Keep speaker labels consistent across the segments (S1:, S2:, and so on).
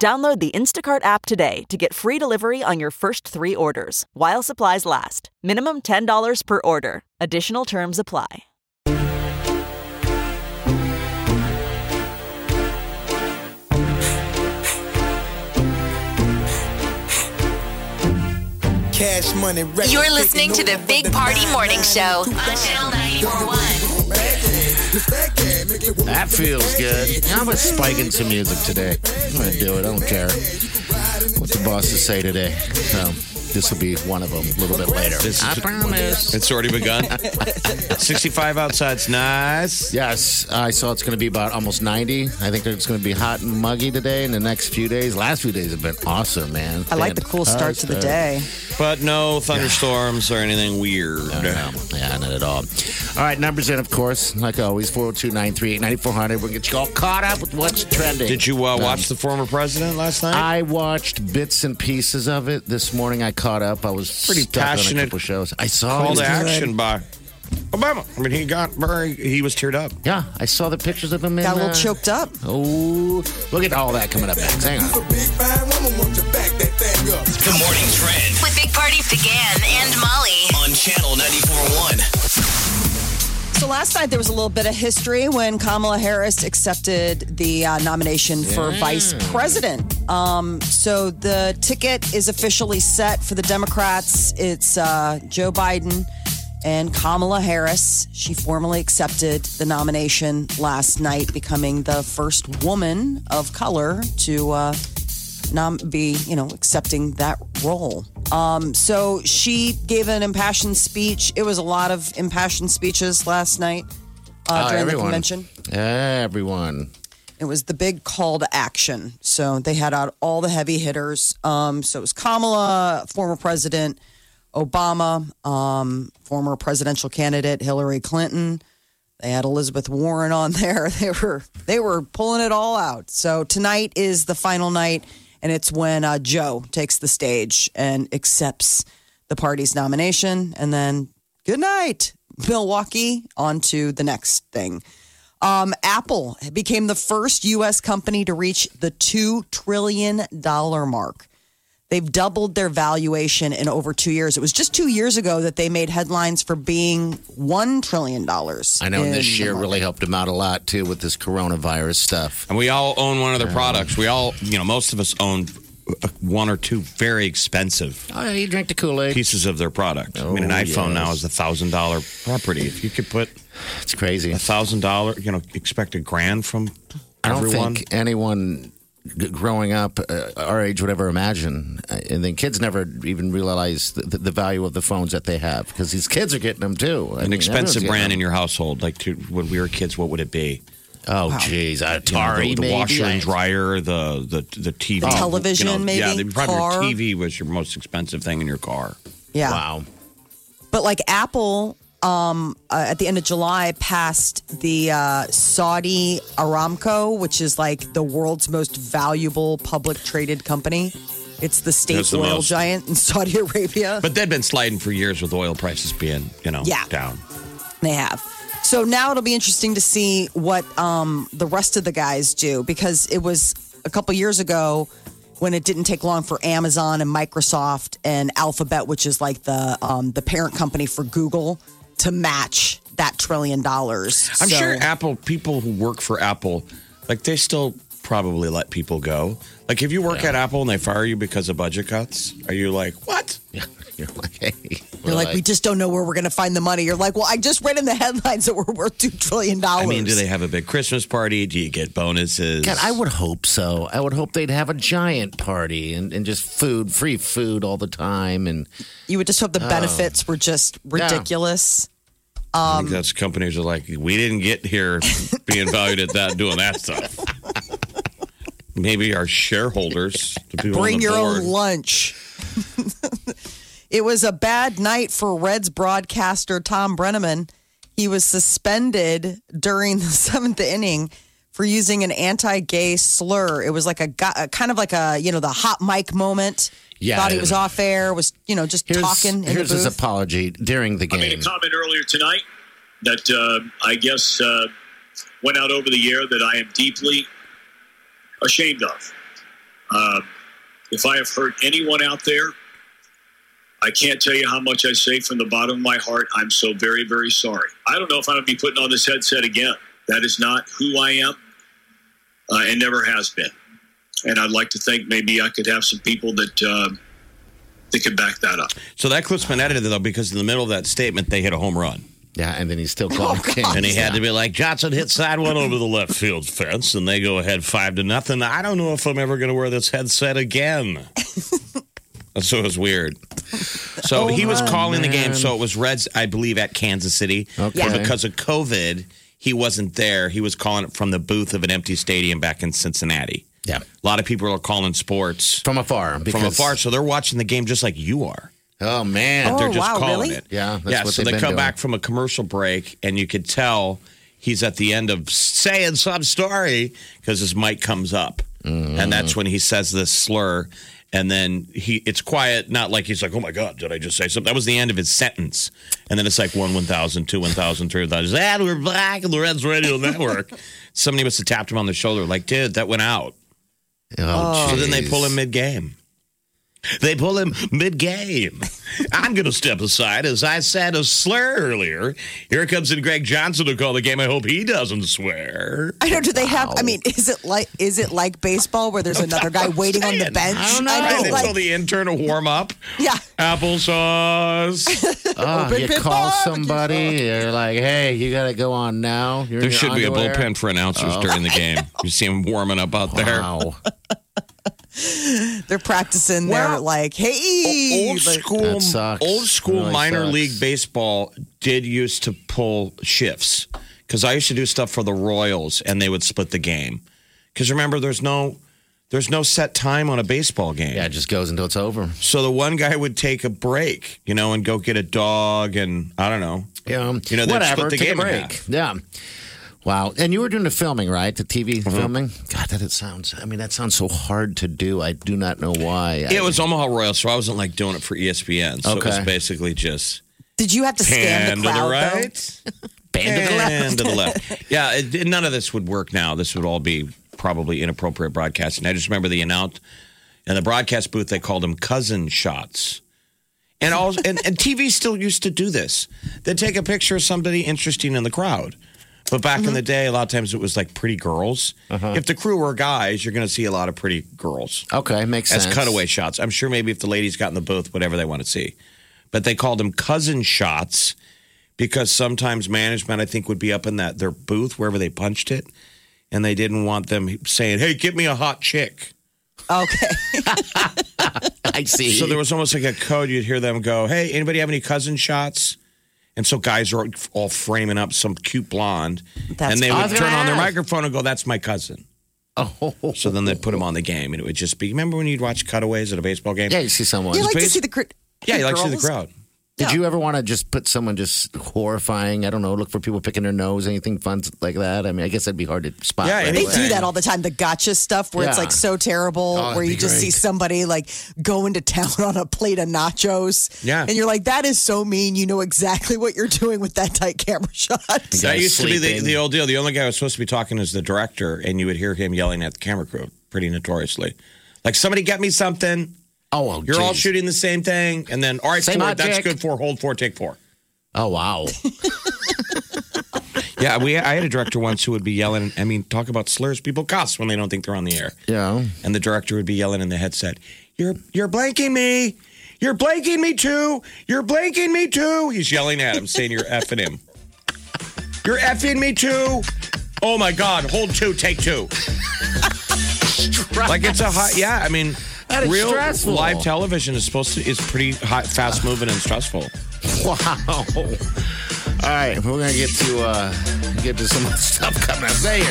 S1: Download the Instacart app today to get free delivery on your first three orders while supplies last. Minimum $10 per order. Additional terms apply.
S2: Cash money records.
S3: You're listening to the Big Party Morning Show on Channel 941.
S4: That feels good. How about spiking some music today? I'm gonna do it. I don't care what the bosses say today. So this will be one of them a little bit later.
S5: This
S4: I
S5: is-
S4: promise.
S5: It's already begun. 65 outside. It's nice.
S4: Yes, I saw it's going to be about almost 90. I think it's going to be hot and muggy today in the next few days. Last few days have been awesome, man.
S6: I like the cool start to the day.
S5: But no thunderstorms or anything weird.
S4: Yeah, not at all. All right, numbers in, of course, like always 402 938 9400. We'll get you all caught up with what's trending. Um,
S5: Did you uh, watch the former president last night?
S4: I watched bits and pieces of it this morning. I caught up. I was
S5: Pretty
S4: stuck on a
S5: passionate
S4: couple shows. I saw
S5: Call
S4: it.
S5: to action by Obama. I mean, he got very, he was teared up.
S4: Yeah, I saw the pictures of him. in,
S6: Got a little
S4: uh,
S6: choked up.
S4: Oh, look at all that coming up next. Hang
S6: Uh,
S4: on.
S2: Good morning, trend
S3: With Big Party began and Molly.
S2: on channel 94.1.
S6: So last night there was a little bit of history when Kamala Harris accepted the uh, nomination for vice president. Um, so the ticket is officially set for the Democrats. It's uh, Joe Biden and Kamala Harris. She formally accepted the nomination last night, becoming the first woman of color to uh, nom- be, you know, accepting that role. Um, so she gave an impassioned speech. It was a lot of impassioned speeches last night uh,
S4: Oh,
S6: during the
S4: everyone.
S6: convention.
S4: Everyone.
S6: It was the big call to action. So they had out all the heavy hitters. Um, so it was Kamala, former president Obama, um, former presidential candidate Hillary Clinton. They had Elizabeth Warren on there. They were they were pulling it all out. So tonight is the final night, and it's when uh, Joe takes the stage and accepts the party's nomination, and then good night, Milwaukee. On to the next thing. Um, Apple became the first U.S. company to reach the two trillion dollar mark. They've doubled their valuation in over two years. It was just two years ago that they made headlines for being one trillion dollars.
S4: I know
S6: in
S4: this
S6: the
S4: year really helped him out a lot too with this coronavirus stuff.
S5: And we all own one of their products. We all, you know, most of us own uh, one or two very expensive
S4: Oh, yeah, you drank the Kool Aid.
S5: pieces of their product. I mean, an
S4: Oh,
S5: iPhone now
S4: yes.
S5: is a thousand dollar property. If you could put
S4: It's crazy.
S5: a thousand dollar, you know, expect a grand from
S4: I don't
S5: everyone.
S4: think anyone g- growing up uh, our age would ever imagine. Uh, And then kids never even realize the, the value of the phones that they have because these kids are getting them too. I
S5: an
S4: mean,
S5: expensive brand
S4: everyone's
S5: in your household, like to, when we were kids, what would it be?
S4: getting them. Oh, jeez.
S5: You know,
S4: Atari,
S5: the, the
S4: maybe?
S5: washer
S4: I-
S5: and dryer, the the the TV, you know,
S6: television, maybe?
S5: Yeah, the, probably
S6: Car?
S5: your TV was your most expensive thing in your car.
S6: market. yeah.
S4: Wow.
S6: But like Apple, um, uh, at the end of July, passed the uh, Saudi Aramco, which is like the world's most valuable public traded company. It's the state
S5: That's the
S6: oil
S5: most.
S6: giant in Saudi Arabia.
S5: But they'd been sliding for years with oil prices being, you know,
S6: Yeah.
S5: down.
S6: They have. So now it'll be interesting to see what um, the rest of the guys do because it was a couple years ago when it didn't take long for Amazon and Microsoft and Alphabet, which is like the um, the parent company for Google, to match that trillion dollars.
S5: I'm
S6: So-
S5: sure Apple people who work for Apple, like they still probably let people go. Like if you work at Apple and they fire you because of budget cuts, are you like, what?
S4: You're like, hey.
S6: They're
S4: we're
S6: like, we just don't know where we're going to find the money. You're like, well, I just read in the headlines that we're worth two trillion dollars.
S5: I mean, do they have a big Christmas party? Do you get bonuses?
S4: God, I would hope so. I would hope they'd have a giant party and, and just food, free food all the time. And
S6: You would just hope the
S5: Oh.
S6: benefits were just ridiculous.
S5: I
S6: Um,
S5: think that's companies are like, we didn't get here being valued at that doing that stuff. Maybe our shareholders, the people on
S6: Bring
S5: the
S6: your
S5: board,
S6: own lunch. It was a bad night for Reds broadcaster Tom Brenneman. He was suspended during the seventh inning for using an anti-gay slur. It was like a, go- a kind of like a you know the hot mic moment.
S4: Yeah.
S6: thought he was off air. Was you know just
S4: Here's,
S6: talking. In
S4: here's
S6: the
S4: his
S6: booth.
S4: apology during the
S7: I made
S4: game.
S7: a comment earlier tonight that uh, I guess uh, went out over the air that I am deeply ashamed of. Uh, if I have hurt anyone out there, I can't tell you how much I say from the bottom of my heart. I'm so very, very sorry. I don't know if I'm going to be putting on this headset again. That is not who I am uh, and never has been. And I'd like to think maybe I could have some people that, uh, that could back that up.
S5: So that clip's been edited though, because in the middle of that statement, they hit a home run,
S4: yeah, and then he's still clocking.
S5: and he had to be like, Johnson hit side one over the left field fence, and they go ahead five to nothing. I don't know if I'm ever going to wear this headset again. so it was weird.
S4: Oh,
S5: So he was calling the game. So it was Reds, I believe, at Kansas City.
S4: Okay.
S5: But because of COVID, he wasn't there. He was calling it from the booth of an empty stadium back in Cincinnati.
S4: Yeah.
S5: A lot of people are calling sports
S4: From afar.
S5: from
S4: because-
S5: afar, so they're watching the game just like you are.
S4: Oh, man.
S6: Oh,
S5: They're just
S6: wow,
S5: calling
S6: really?
S5: it.
S4: Yeah, that's
S5: yeah.
S4: what
S5: so
S4: they've
S5: they
S4: been
S5: come
S4: doing.
S5: back from a commercial break, and you could tell he's at the end of saying some story because his mic comes up, and
S4: Mm-hmm.
S5: that's when he says this slur, and then he it's quiet, not like he's like, "Oh my god, did I just say something?" That was the end of his sentence, and then it's like one one thousand, two one thousand, three one thousand. And we're back on the Reds Radio Network. Somebody must have tapped him on the shoulder, like, "Dude, that went out."
S4: Oh,
S5: So then they
S4: jeez.
S5: pull him mid game. They pull him mid game. I'm going to step aside as I said a slur earlier. Here comes in Greg Johnson to call the game. I hope he doesn't swear.
S6: I know. Do they have? I mean, is it like is it like baseball where there's another guy waiting on the bench?
S4: I don't know.
S5: Right until
S6: like,
S5: the intern to warm up.
S6: yeah.
S5: Applesauce.
S4: Oh,
S6: Open
S4: you
S6: pit
S4: call
S6: barbecue.
S4: somebody, you're like, hey, you got to go on now. You're in
S5: there
S4: your
S5: should be a
S4: underwear.
S5: bullpen for announcers during the game. You see him warming up out there.
S4: Wow.
S6: They're practicing. They're
S5: Well,
S6: like, hey,
S5: Old
S6: like-
S5: school,
S4: That sucks.
S5: old school
S4: Really
S5: minor
S4: sucks.
S5: league baseball did used to pull shifts because I used to do stuff for the Royals and they would split the game. Because remember, there's no there's no set time on a baseball game.
S4: Yeah, it just goes until it's over.
S5: So the one guy would take a break, you know, and go get a dog and I don't know.
S4: Yeah, um,
S5: You know, they'd
S4: whatever.
S5: split the
S4: Take
S5: game
S4: a
S5: in
S4: break. Yeah. Wow. And you were doing the filming, right? The TV
S5: Mm-hmm.
S4: filming. God, that it sounds. I mean, that sounds so hard to do. I do not know why.
S5: It was Omaha Royals, so I wasn't like doing it for E ESPN. So it was
S4: Okay.
S5: basically just
S6: Did you have to scan
S5: hand
S6: the
S5: to the
S6: crowd? though?
S5: right.
S4: band of
S5: And to the left. Yeah, it, it- none of this would work now. This would all be probably inappropriate broadcasting. I just remember the announce in the broadcast booth. They called them cousin shots. And all and, and TV still used to do this. They'd take a picture of somebody interesting in the crowd. But back in the day, a lot of times it was like pretty girls. If the crew were guys, you're going to see a lot of pretty girls
S4: Okay, makes
S5: as
S4: sense.
S5: cutaway shots. I'm sure maybe if the ladies got in the booth, whatever they want to see. But they called them cousin shots because sometimes management, I think, would be up in that their booth wherever they punched it, and they didn't want them saying, "Hey, get me a hot chick."
S6: Okay.
S4: I see.
S5: So there was almost like a code. You'd hear them go, "Hey, anybody have any cousin shots?" And so guys are all framing up some cute blonde,
S6: That's
S5: and they
S4: I
S5: would
S4: was gonna
S5: turn on their
S4: ask.
S5: microphone and go, "That's my cousin."
S4: oh,
S5: So then they'd put him on the game, and it would just be. Remember when you'd watch cutaways at a baseball game?
S4: yeah, you see someone.
S6: You like to
S5: please.
S6: see the cr-
S5: yeah, you like to see the
S6: girls?
S5: crowd.
S4: Did
S6: Yeah.
S4: you ever want to just put someone just horrifying? I don't know. Look for people picking their nose, anything fun like that. I mean, I guess that'd be hard to spot.
S5: Yeah,
S4: right
S5: it
S6: They
S5: is.
S4: away.
S6: do that all the time. The gotcha stuff where it's
S4: Yeah.
S6: like so terrible,
S4: Oh, that'd
S6: where you
S4: be
S6: just see
S4: great.
S6: somebody like going to town on a plate of nachos.
S5: Yeah.
S6: And you're like, that is so mean. You know exactly what you're doing with that tight camera shot.
S5: That
S4: guys
S5: used to be the,
S4: sleeping.
S5: the old deal. The only guy who was supposed to be talking is the director, and you would hear him yelling at the camera crew pretty notoriously. Like, somebody get me something.
S4: Oh, well,
S5: You're all
S4: geez.
S5: shooting the same thing. And then, all right,
S4: Same
S5: forward, that's
S4: object.
S5: good for hold four, take four.
S4: Oh, wow.
S5: Yeah, we. I had a director once who would be yelling. I mean, talk about slurs. People cuss when they don't think they're on the air.
S4: yeah.
S5: And the director would be yelling in the headset, "You're you're blanking me. You're blanking me too. You're blanking me too." He's yelling at him, saying, "You're effing him. You're effing me too. Oh my God! Hold two, take two. like it's a hot. Yeah, I mean,
S4: That is
S5: real
S4: stressful.
S5: live television is supposed to is pretty hot, fast moving and stressful.
S4: Wow. All right, we're gonna get to uh, get to some stuff coming up later.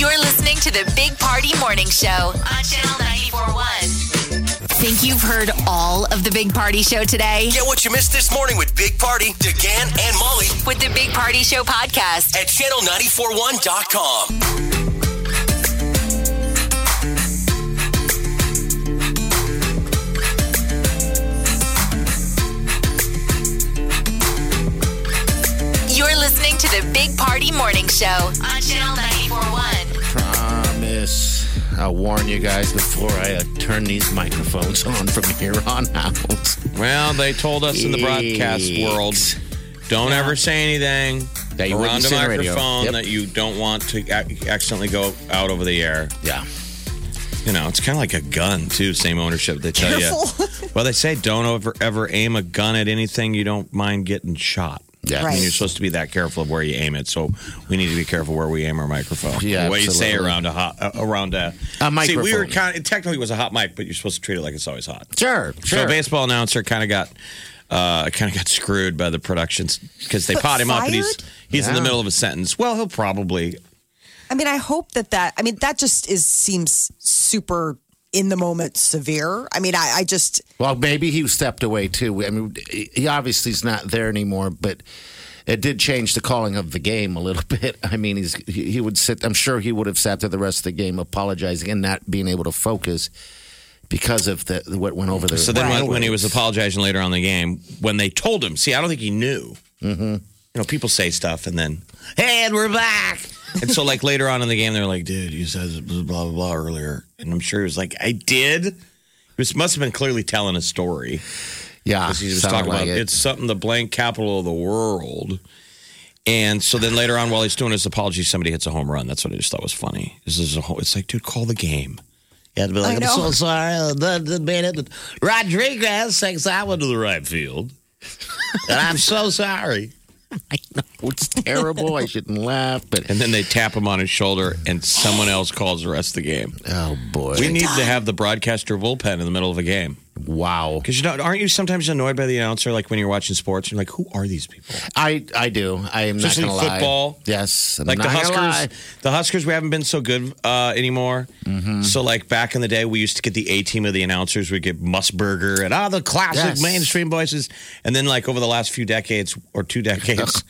S3: You're listening to the Big Party Morning Show on Channel 941. Think you've heard all of the Big Party Show today?
S2: Get what you missed this morning with Big Party, DeGan, and Molly
S3: With the Big Party Show podcast.
S2: at channel941.com.
S3: You're listening to the Big Party Morning Show on Channel 941.
S4: Promise. I'll warn you guys before I uh, turn these microphones on from here on out.
S5: Well, they told us in the broadcast world,
S4: Yikes.
S5: don't ever say anything
S4: That you
S5: around
S4: wouldn't
S5: a
S4: say on the radio.
S5: microphone
S4: Yep.
S5: that you don't want to ac- accidentally go out over the air.
S4: Yeah.
S5: You know, it's kind of like a gun too. Same ownership. They tell you. Well, they say don't ever ever aim a gun at anything you don't mind getting shot.
S4: Yeah.
S5: And
S6: Right.
S5: you're supposed to be that careful of where you aim it. So we need to be careful where we aim our microphone.
S4: Yeah,
S5: the way you say
S4: absolutely.
S5: around a hot, uh, around a,
S4: A
S5: See, we were
S4: microphone.
S5: kind of, technically it was a hot mic, but you're supposed to treat it like it's always hot.
S4: Sure. Sure.
S5: So a baseball announcer kind of got uh, kind of got screwed by the productions because they pot him up and he's
S6: fired?
S5: he's in the
S4: Yeah.
S5: middle of a sentence. Well, he'll probably
S6: I mean, I hope that that. I mean, that just is seems super in the moment severe. I mean, I, I just
S4: Well, maybe he stepped away too. I mean, he obviously is not there anymore, but it did change the calling of the game a little bit. I mean, he's he he would sit. I'm sure he would have sat there the rest of the game apologizing and not being able to focus because of the what went over there.
S5: So then when, when he was apologizing later on in the game, when they told him, see, I don't think he knew. Mm-hmm. You know, people say stuff and then, hey, and we're back. And so, like, later on in the game, they were like, dude, you said blah, blah, blah earlier. And I'm sure he was like, I did. He was, must have been clearly telling a story.
S4: yeah,
S5: 'Cause he was
S4: sounded
S5: talking about
S4: like it.
S5: it's something the blank capital of the world. And so then later on, while he's doing his apology, somebody hits a home run. That's what I just thought was funny. This is a whole, it's like, dude, call the game. You had to be like, I'm
S6: know.
S5: so sorry. Uh, that- that made it. Rodriguez takes that one to the right field. and I'm so sorry.
S4: it's terrible. I shouldn't laugh, but
S5: And then they tap him on his shoulder, and someone else calls the rest of the game.
S4: oh boy,
S5: We need to have the broadcaster bullpen in the middle of a game.
S4: wow.
S5: Because you know, aren't you sometimes annoyed by the announcer, like when you're watching sports? You're like, who are these people?
S4: I I do. I am
S5: Especially
S4: not gonna
S5: football.
S4: lie. Yes, I'm
S5: like the
S4: not gonna lie.
S5: Huskers. The Huskers, we haven't been so good uh, anymore.
S4: Mm-hmm.
S5: So, like back in the day, we used to get the A team of the announcers. We get Musburger and all the classic
S4: Yes.
S5: mainstream voices. And then, like over the last few decades or two decades,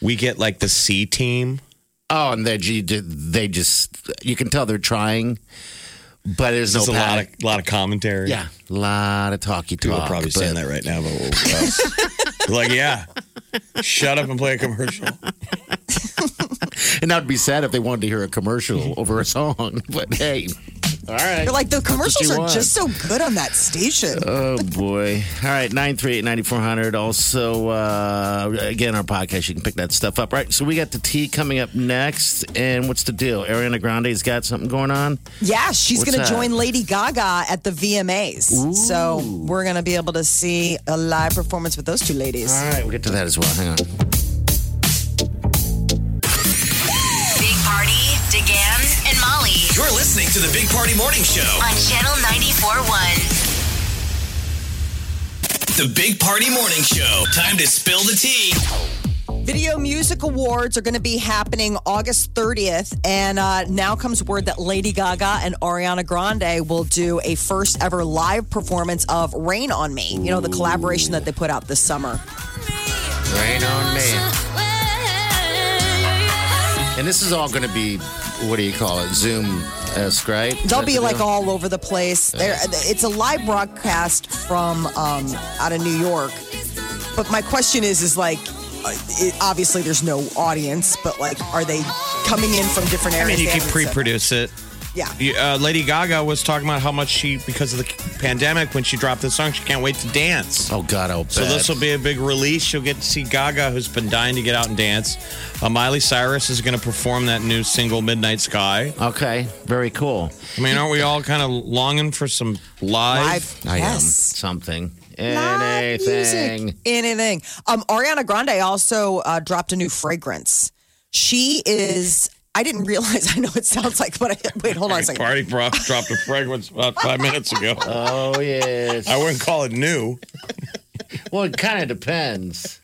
S5: we get like the C team.
S4: Oh, and they ju- they just you can tell they're trying, but there's no
S5: There's a
S4: pad.
S5: lot of lot of commentary.
S4: yeah, a lot of talky talk.
S5: people are probably
S4: but-
S5: saying that right now, but what else? like, yeah, shut up and play a commercial.
S4: and that'd be sad if they wanted to hear a commercial over a song. But hey, all right.
S6: you're like the commercials
S4: you
S6: are
S4: want.
S6: just so good on that station.
S4: Oh boy! All right, nine three eight ninety four hundred. Also, uh, again, our podcast you can pick that stuff up. Right, so we got the tea coming up next, and what's the deal? Ariana Grande's got something going on.
S6: Yeah, she's
S4: What's
S6: going to
S4: that?
S6: join Lady Gaga at the VMAs. So we're going to be able to see a live performance with those two ladies.
S4: All right, we'll get to that as well. Hang on.
S3: Big Party, DeGan, and Molly
S2: You're listening to the Big Party Morning Show.
S3: on Channel 941.
S2: The Big Party Morning Show. Time to spill the tea.
S6: Video Music Awards are going to be happening August 30th. And uh, now comes word that Lady Gaga and Ariana Grande will do a first ever live performance of Rain on Me, you know, the collaboration that they put out this summer.
S4: Rain on me. And this is all going to be, what do you call it? Zoom esque, right?
S6: They'll be like all over the place. They're, it's a live broadcast from um, out of New York. But my question is, is like, uh, it, obviously there's no audience, but like, are they coming in from different
S5: I
S6: areas?
S5: mean, you
S6: They
S5: can
S6: haven't said-
S5: pre-produce it.
S6: Yeah.
S5: You- uh, Lady Gaga was talking about how much she, because of the pandemic, when she dropped this song, she can't wait to dance.
S4: Oh, God, I'll bet.
S5: So this will be a big release. You'll get to see Gaga, who's been dying to get out and dance. Uh, Miley Cyrus is going to perform that new single, Midnight Sky.
S4: Okay, very cool.
S5: I mean, aren't we all kind of longing for some live?
S6: Live.
S4: I am
S6: yes.
S4: something.
S6: Live
S4: Anything.
S6: music. Anything. Um, Ariana Grande also uh, dropped a new fragrance. She is. I didn't realize. I know it sounds like, but I, wait, hold on a second.
S5: Party Prop dropped a fragrance about five minutes ago.
S4: Oh, yes.
S5: I wouldn't call it new.
S4: well, it kind of depends.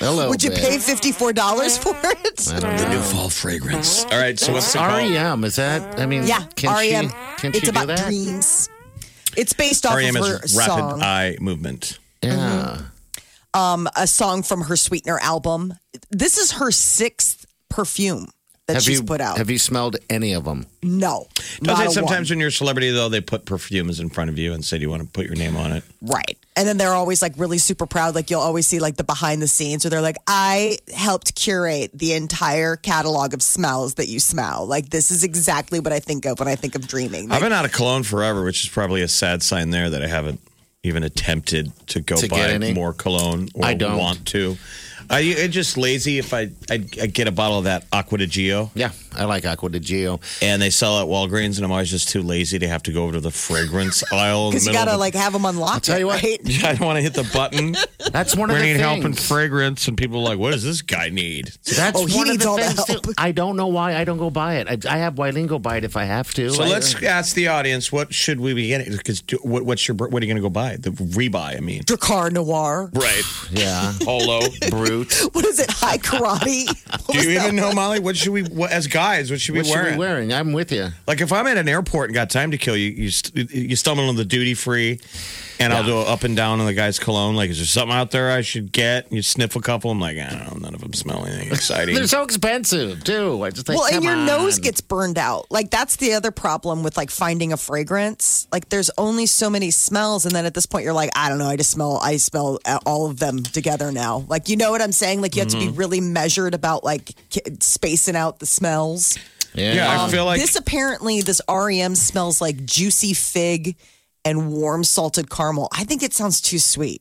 S4: A little
S6: Would you
S4: bit.
S6: pay fifty four dollars for it?
S4: I don't know.
S5: Fall fragrance. All right, so what's it called?
S4: REM, is that? I mean,
S6: Yeah,
S4: can
S6: REM.
S4: she, can
S6: it's
S4: she
S6: about
S4: do that?
S6: dreams. It's based off
S5: REM
S6: of
S5: is
S6: her
S5: rapid
S6: song.
S4: uh,
S5: eye movement.
S6: mm-hmm,
S4: Yeah.
S6: um, a song from her Sweetener album. This is her sixth perfume that
S4: Have
S6: she's
S4: you
S6: put out.
S4: Have you smelled any of them?
S6: no,
S5: Does
S6: not
S5: it
S6: a
S5: sometimes when you're a celebrity though they put perfumes in front of you and say do you want to put your name on it?
S6: one. right? And then they're always like really super proud. Like you'll always see like the behind the scenes where they're like, "I helped curate the entire catalog of smells that you smell. Like this is exactly what I think of when I think of dreaming."
S5: I've been out of cologne forever, which is probably a sad sign there that I haven't even attempted to go
S4: To get
S5: buy
S4: any?
S5: more cologne or
S4: I don't.
S5: want to. I it's just lazy if I I get a bottle of that Aqua di Gio
S4: Yeah, I like Aqua de Gio.
S5: and they sell it at Walgreens and I'm always just too lazy to have to go over to the fragrance aisle. in the
S6: because you
S5: middle of
S6: gotta
S5: the-
S6: like have them unlocked.
S4: tell you what,
S6: right?
S5: I don't want to hit the button.
S4: That's one of
S5: We
S4: the
S5: need
S4: things.
S5: help in fragrance, and people are like, "What does this guy need?"
S4: That's
S6: Oh,
S4: one
S6: he
S4: of
S6: needs
S4: the
S6: all the
S4: things.
S6: help.
S4: too. I don't know why I don't go buy it. I, I have Wileen go buy it if I have to.
S5: So
S4: I- uh,
S5: let's ask the audience: What should we be getting? Because what, what's your what are you going to go buy? The rebuy, I mean,
S6: Dracar Noir.
S5: right?
S4: Yeah.
S5: Polo.
S4: Brute.
S6: What is it? High karate.
S5: Do you even know, Molly? What should we, what, as guys, what should we
S4: What
S5: wear?
S4: should we wearing? I'm with you.
S5: Like if I'm at an airport and got time to kill, you you, st- you stumble on the duty free, and I'll do up and down on the guy's cologne. Like, is there something out there I should get? You sniff a couple. I'm like, I don't know. None of them smell anything exciting.
S4: They're so expensive too. I just think,
S6: well, and
S4: come
S6: your
S4: on.
S6: nose gets burned out. Like that's the other problem with like finding a fragrance. Like there's only so many smells, and then at this point you're like, I don't know. I just smell. I smell uh, all of them together now. Like you know what I'm saying? Like you have
S4: Mm-hmm.
S6: to be really measured about like k- spacing out the smells. Um,
S4: Yeah.
S5: yeah, I feel like
S6: this apparently this REM smells like juicy fig and warm salted caramel. I think it sounds too sweet.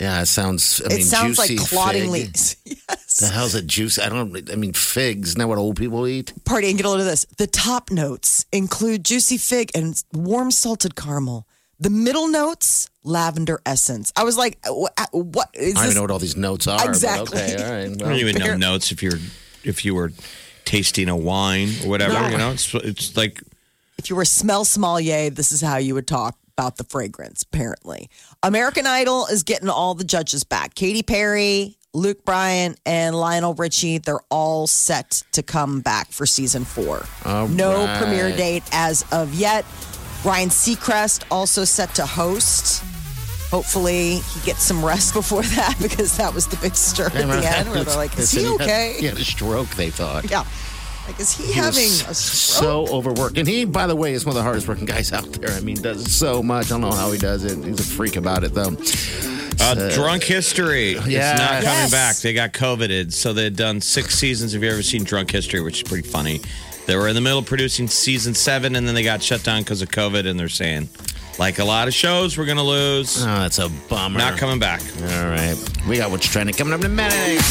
S4: Yeah, it sounds. I
S6: It
S4: mean,
S6: sounds like
S4: juicy
S6: clotting
S4: fig.
S6: leaves. yes.
S4: The hell's a juice? I don't. I mean, figs. Isn't that what old people eat?
S6: party and get a load of this. The top notes include juicy fig and warm salted caramel. The middle notes, lavender essence. I was like, wh- what is
S4: I don't
S6: this?
S4: even know what all these notes are. but
S6: Exactly.
S4: okay. All right.
S5: I don't
S4: Well,
S5: even know notes if you're if you were tasting a wine or whatever. You know, it's it's like
S6: If you were smell small yay, this is how you would talk about the fragrance, apparently. American Idol is getting all the judges back. Katy Perry, Luke Bryan, and Lionel Richie, they're all set to come back for season four.
S4: All
S6: no
S4: right.
S6: premiere date as of yet. Ryan Seacrest also set to host. Hopefully he gets some rest before that because that was the big stir at the end where they're like, is
S4: Listen,
S6: he
S4: had-
S6: okay?
S4: He had a stroke. They thought.
S6: Yeah. Like, is he,
S4: He was
S6: having a
S4: so overworked, and he, by the way, is one of the hardest working guys out there. I mean, does so much. I don't know how he does it. He's a freak about it, though. Oh,
S5: uh, drunk history.
S4: yeah.
S5: It's not coming
S6: Yes.
S5: back. They got coveted, so they'd done six seasons. Have you ever seen Drunk History? Which is pretty funny. They were in the middle of producing season seven, and then they got shut down because of COVID. And they're saying, like a lot of shows, we're gonna lose.
S4: Oh, that's a bummer.
S5: Not coming back.
S4: All right, we got what's trending coming up in a minute.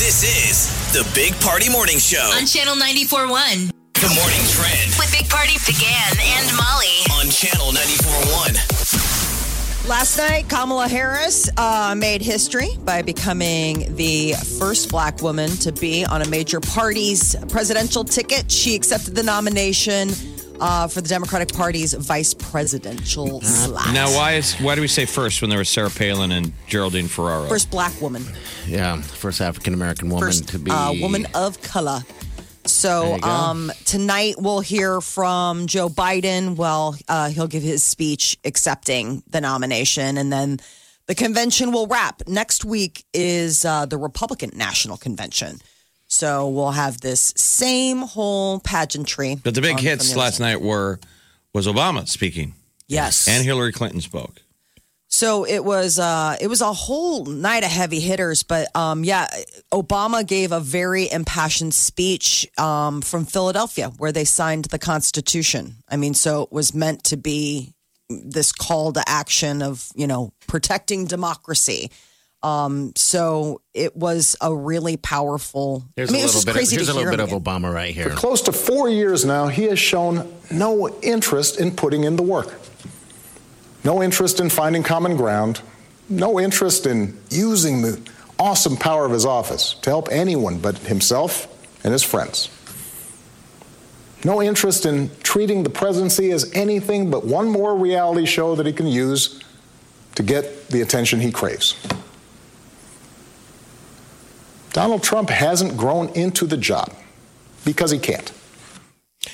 S2: This is the Big Party Morning Show.
S3: On Channel 94.1
S2: The morning trend
S3: with Big Party began and Molly.
S2: on Channel 94.1.
S6: Last night, Kamala Harris uh, made history by becoming the first black woman to be on a major party's presidential ticket. She accepted the nomination uh, for the Democratic Party's vice presidential slot.
S5: Mm-hmm. Now, why is why do we say first when there was Sarah Palin and Geraldine Ferraro?
S6: First black woman,
S4: Yeah, first African American woman
S6: first
S4: to be
S6: uh, woman of color. So
S4: There you go.
S6: um, tonight we'll hear from Joe Biden. Well, uh, he'll give his speech accepting the nomination, and then the convention will wrap. Next week is uh, the Republican National Convention. So we'll have this same whole pageantry.
S5: but the big
S6: on- from
S5: hits
S6: other
S5: last
S6: side.
S5: night were was Obama speaking
S6: Yes.
S5: and Hillary Clinton spoke.
S6: So it was uh, it was a whole night of heavy hitters, but um, yeah, Obama gave a very impassioned speech um, from Philadelphia where they signed the Constitution. I mean, so it was meant to be this call to action of you know protecting democracy. Um, so it was a really powerful.
S4: Here's
S6: I mean,
S4: a
S6: it was just
S4: little bit. Of,
S6: crazy
S4: here's
S6: to
S4: a little
S6: hear
S4: bit of
S6: him again.
S4: Obama right here.
S8: Close to four years now, he has shown no interest in putting in the work, no interest in finding common ground, no interest in using the awesome power of his office to help anyone but himself and his friends. No interest in treating the presidency as anything but one more reality show that he can use to get the attention he craves. Donald Trump hasn't grown into the job because he can't.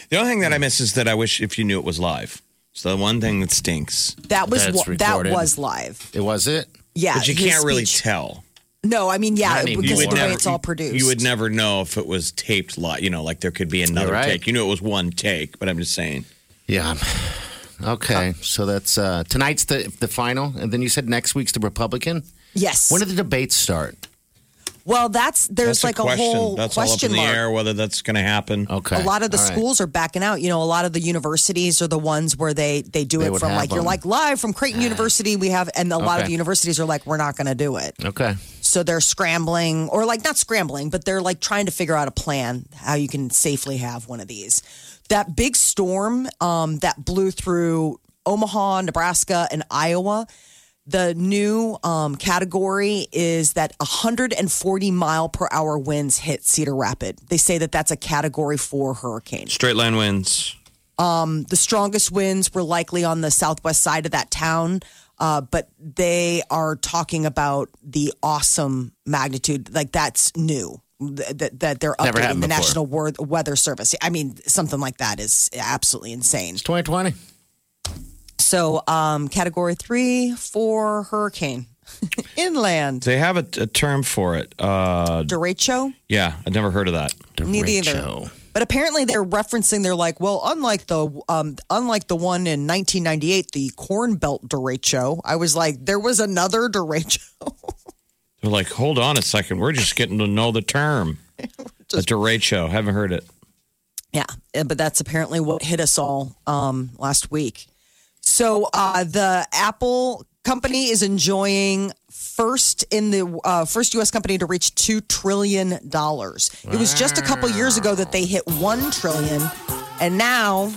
S5: The only thing that I miss is that I wish if you knew it was live. It's the one thing that stinks.
S6: That was
S4: That's
S6: wa- that
S4: recorded.
S6: was live.
S4: It was it.
S6: Yeah,
S5: But you
S6: his
S5: can't really
S6: speech.
S5: tell.
S6: no, I mean, yeah,
S4: Not
S6: because of
S4: anymore. You
S6: the
S4: would
S6: way
S4: never-
S6: it's all produced.
S5: You would never know if it was taped live. You know, like there could be another
S4: You're right.
S5: take. You knew it was one take, but I'm just saying.
S4: Yeah. Okay, so that's uh, tonight's the the final, and then you said next week's the Republican.
S6: Yes.
S4: When do the debates start?
S6: well, that's there's
S5: That's
S6: like a,
S5: question.
S6: whole
S5: That's
S6: question
S5: all up in
S6: mark.
S5: the air whether that's going to happen.
S4: Okay,
S6: A lot of the
S4: All right.
S6: schools are backing out. You know, a lot of the universities are the ones where they they do
S4: They
S6: it
S4: would
S6: from
S4: have
S6: like you're
S4: them.
S6: like live from Creighton University. We have, and a lot of
S4: Okay.
S6: the universities are like we're not going to do it.
S4: Okay,
S6: So they're scrambling, or like not scrambling, but they're like trying to figure out a plan how you can safely have one of these. That big storm um, that blew through Omaha, Nebraska, and Iowa. The new um, category is that 140 mile per hour winds hit Cedar Rapid. They say that that's a category four hurricane.
S5: Straight line wins.
S6: The strongest winds were likely on the southwest side of that town, uh, but they are talking about the awesome magnitude. Like that's new. That, that- that they're
S4: Never
S6: updating
S4: happened
S6: the
S4: before.
S6: National Wor- Weather Service. I mean, something like that is absolutely insane.
S4: it's twenty twenty.
S6: So, um, category three, four hurricane, inland,
S5: They have a, a term for it. Uh,
S6: derecho.
S5: yeah, I'd never heard of that.
S6: Neither either. But apparently they're referencing they're like, well, unlike the um, unlike the one in 1998, the Corn Belt derecho. I was like, there was another derecho.
S5: They're like, hold on a second. We're just getting to know the term. The derecho. Haven't heard it.
S6: Yeah, uh, but that's apparently what hit us all um, last week. So uh, the Apple company is enjoying first in the uh, first U.S. company to reach two trillion dollars. It was just a couple years ago that they hit one trillion, and now,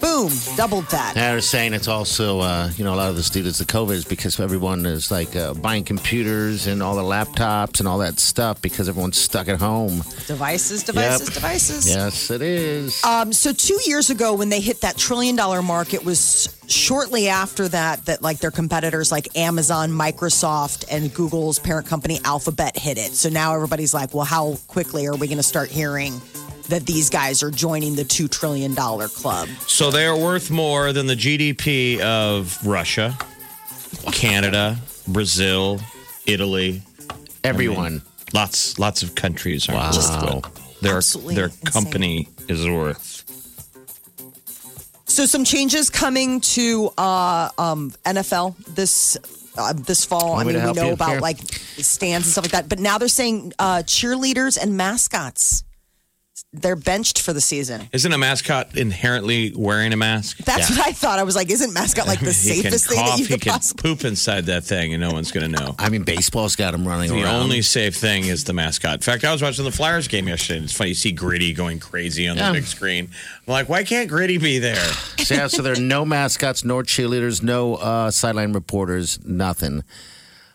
S6: boom, doubled that.
S4: They're saying it's also, uh, you know, a lot of this due to the COVID is because everyone is like uh, buying computers and all the laptops and all that stuff because everyone's stuck at home.
S6: Devices, devices, devices.
S4: Yes, it is.
S6: Um, so two years ago, when they hit that trillion dollar mark, it was shortly after that that like their competitors like Amazon, Microsoft, and Google's parent company Alphabet hit it. So now everybody's like, well, how quickly are we going to start hearing that these guys are joining the two trillion dollar club?
S5: So they are worth more than the GDP of Russia, Canada, Brazil, Italy.
S4: Everyone.
S5: Lots, lots of countries are wow. worth what their
S6: Absolutely
S5: their
S6: insane.
S5: company is worth.
S6: So some changes coming to uh, um, NFL this uh, this fall. I
S4: Want
S6: mean,
S4: me to
S6: we
S4: help
S6: know
S4: you?
S6: about
S4: Sure.
S6: like stands and stuff like that, but now they're saying uh, cheerleaders and mascots. They're benched for the season.
S5: Isn't a mascot inherently wearing a mask?
S6: That's what I thought. I was like, isn't mascot like the
S5: He can
S6: safest thing that
S5: cough.
S6: you
S5: He
S6: could
S5: can
S6: possibly?
S5: poop inside that thing, and no one's going to know.
S4: I mean, baseball's got them running
S5: The
S4: around.
S5: only safe thing is the mascot. In fact, I was watching the Flyers game yesterday, and it's funny you see Gritty going crazy on the
S4: Yeah.
S5: big screen. I'm like, why can't Gritty be there?
S4: So, yeah, so there are no mascots, no cheerleaders, no uh, sideline reporters, nothing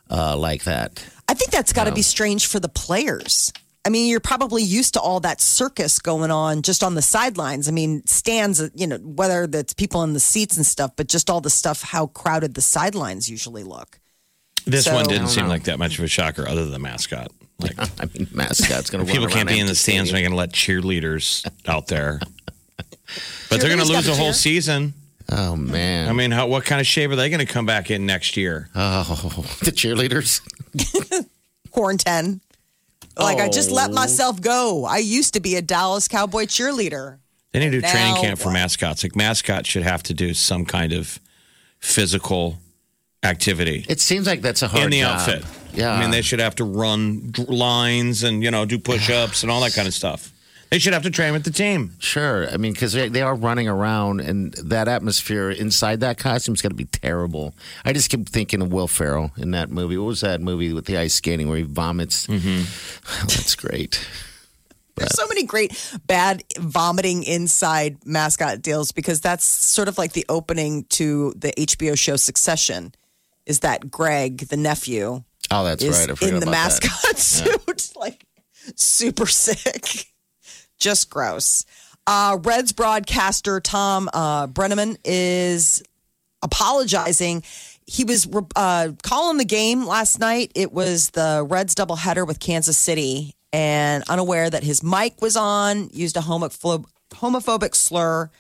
S4: uh, like that.
S6: I think that's got to be strange for the players. I mean, you're probably used to all that circus going on just on the sidelines. I mean, stands, you know, whether that's people in the seats and stuff, but just all the stuff, how crowded the sidelines usually look.
S5: This
S6: So-
S5: one
S6: I
S5: didn't
S4: don't
S5: seem
S4: know.
S5: like that much of a shocker, other than the mascot. Like
S4: I mean, mascots going to
S5: people can't be in the stands. We're going to let cheerleaders out there, but they're going
S6: Cheerleaders
S5: to lose
S6: gotta
S5: a whole
S6: cheer.
S5: season.
S4: Oh man!
S5: I mean, how, what kind of shape are they going to come back in next year?
S4: oh, the cheerleaders.
S6: Quarantine. Like, I just
S5: Oh.
S6: let myself go. I used to be a Dallas Cowboy cheerleader.
S5: They need to do training
S6: Now
S5: camp for
S4: uh,
S6: what?
S5: mascots. Like mascots should have to do some kind of physical activity
S4: It seems like that's a hard
S5: in the
S4: job.
S5: outfit.
S4: Yeah,
S5: I mean, they should have to run dr- lines and you know do push-ups and all that kind of stuff. They should have to train with the team.
S4: Sure. I mean, because they, they are running around, and that atmosphere inside that costume is going to be terrible. I just keep thinking of Will Ferrell in that movie. What was that movie with the ice skating where he vomits?
S5: Mm-hmm.
S4: That's great.
S6: There's so many great bad vomiting inside mascot deals because that's sort of like the opening to the HBO show Succession. Is that Greg, the nephew,
S4: Oh, that's
S6: is
S4: right. I forgot
S6: in the
S4: about that.
S6: mascot suit, like super sick, just gross. Uh, Reds broadcaster Tom uh, Brenneman is apologizing. He was uh, calling the game last night. It was the Reds doubleheader with Kansas City, and unaware that his mic was on, used a homo- flo- homophobic slur.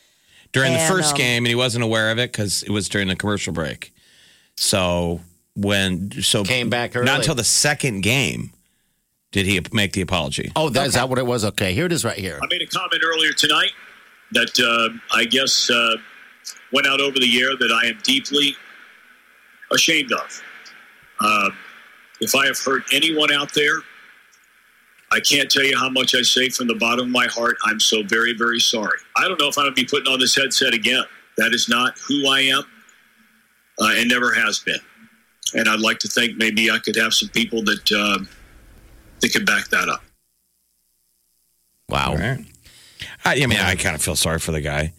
S5: during the
S6: And,
S5: first
S6: um,
S5: game, and he wasn't aware of it because it was during the commercial break. So when so
S4: Came back early.
S5: not until the second game did he make the apology.
S4: Oh, that, is that what it was? Okay, here it is right here.
S7: I made a comment earlier tonight that uh, I guess uh, went out over the air that I am deeply ashamed of. Uh, if I have hurt anyone out there, I can't tell you how much I say from the bottom of my heart. I'm so very, very sorry. I don't know if I'm going to be putting on this headset again. That is not who I am uh, and never has been. And I'd like to think maybe I could have some people that, uh, that could back that up.
S4: Wow.
S5: All right. I, I mean, I kind of feel sorry for the guy.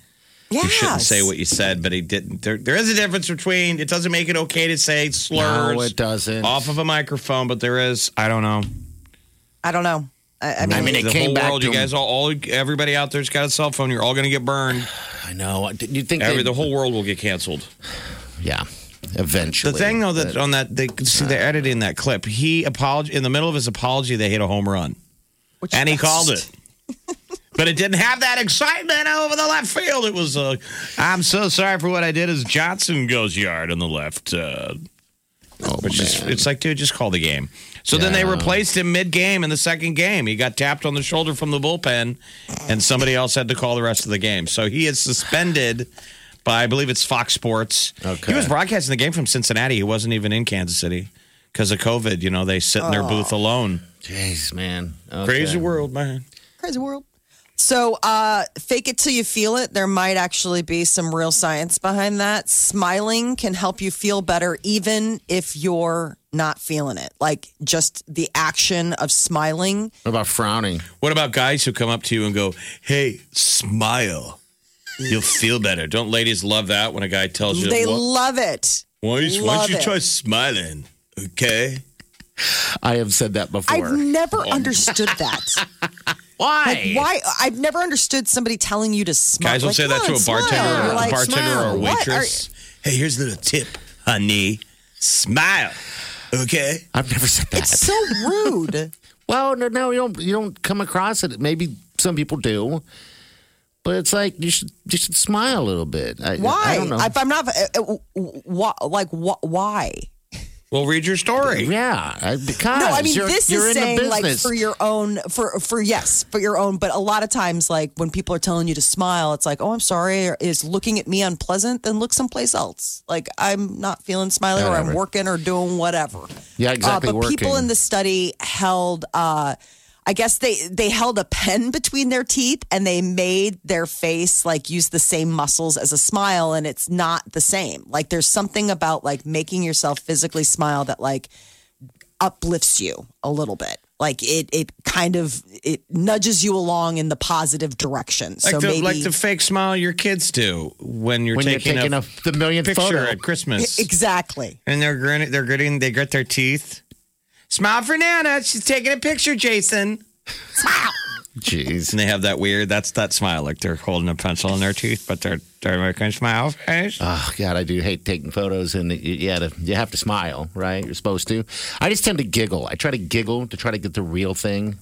S6: Yeah.
S5: You shouldn't say what you said, but he didn't. There, there is a difference between it doesn't make it okay to say slurs
S4: No, it doesn't.
S5: off of a microphone, but there is. I don't know.
S6: I don't know. I, I mean,
S4: I mean, it
S5: the
S4: came
S5: whole
S4: back
S5: world,
S4: to
S5: you
S4: him.
S5: guys, all, all everybody out there's got a cell phone. You're all going to get burned.
S4: I know. You think
S5: Every,
S4: they-
S5: the whole world will get canceled.
S4: Yeah,
S5: The
S4: eventually.
S5: thing though that on that they see they're editing that clip. He apolog in the middle of his apology. They hit a home run,
S6: which
S5: and he
S6: is-
S5: called it. But it didn't have that excitement over the left field. It was, uh, I'm so sorry for what I did. As Johnson goes yard on the left, uh,
S4: Oh,
S5: which is
S4: man.
S5: it's like, dude, just call the game. So then they replaced him mid game in the second game. He got tapped on the shoulder from the bullpen, and somebody else had to call the rest of the game. So he is suspended by, I believe it's Fox Sports.
S4: Okay.
S5: He was broadcasting the game from Cincinnati. He wasn't even in Kansas City because of COVID. You know, they sit in their booth alone.
S4: Jeez, man. Okay.
S5: Crazy world, man.
S6: Crazy world. So, uh, fake it till you feel it. There might actually be some real science behind that. Smiling can help you feel better, even if you're not feeling it. Like just the action of smiling.
S4: What about frowning?
S5: What about guys who come up to you and go, "Hey, smile." You'll feel better. Don't ladies love that when a guy tells you
S6: They
S5: "Why-
S6: love it.
S5: Why don't you, why
S6: Love
S5: don't you
S6: it.
S5: try smiling? Okay.
S4: I have said that before.
S6: I've never understood that.
S4: why?
S6: Like, why? I've never understood somebody telling you to smile.
S5: Guys will
S6: Like,
S5: say that
S6: come
S5: to a
S6: on,
S5: bartender,
S6: smile.
S5: or
S6: You're
S5: a
S6: like,
S5: bartender or a
S6: smile. What are-
S5: waitress. hey, here's a little tip, honey. Smile, okay?
S4: I've never said that.
S6: It's so rude.
S4: well, no, no, you don't. You don't come across it. Maybe some people do, but it's like you should. You should smile a little bit. I,
S6: Why?
S4: I don't know.
S6: If I'm not, uh, uh, why, like, wh- why?
S5: Well, read your story.
S4: yeah, I, because
S6: No, I mean
S4: you're,
S6: this
S4: you're
S6: is
S4: in
S6: saying
S4: the
S6: like
S4: business.
S6: for your own, for for yes, for your own. But a lot of times, like when people are telling you to smile, it's like, oh, I'm sorry. Or, Is looking at me unpleasant? Then look someplace else. Like I'm not feeling smiley, or I'm
S4: Whatever.
S6: working, or doing whatever.
S4: Yeah, exactly,
S6: Uh, but people
S4: working.
S6: in the study held. uh I guess they they held a pen between their teeth and they made their face like use the same muscles as a smile and it's not the same. Like there's something about like making yourself physically smile that like uplifts you a little bit. Like it it kind of it nudges you along in the positive direction.
S5: Like,
S6: so
S5: the,
S6: maybe
S5: like the fake smile your kids do when you're
S4: when you're
S5: taking,
S4: taking
S5: a,
S4: a, the millionth
S5: picture
S4: photo.
S5: at Christmas.
S6: E-, exactly.
S5: and they're grinning, they're gritting, they grit their teeth. Smile for Nana. She's taking a picture, Jason.
S4: Jeez.
S5: And they have that weird, that's that smile. Like they're holding a pencil in their tooth, but they're, they're making a smile face.
S6: Uh,
S4: Oh God, I do hate taking photos, and you, you, had to, you have to smile, right? You're supposed to. I just tend to giggle. I try to giggle to try to get the real thing,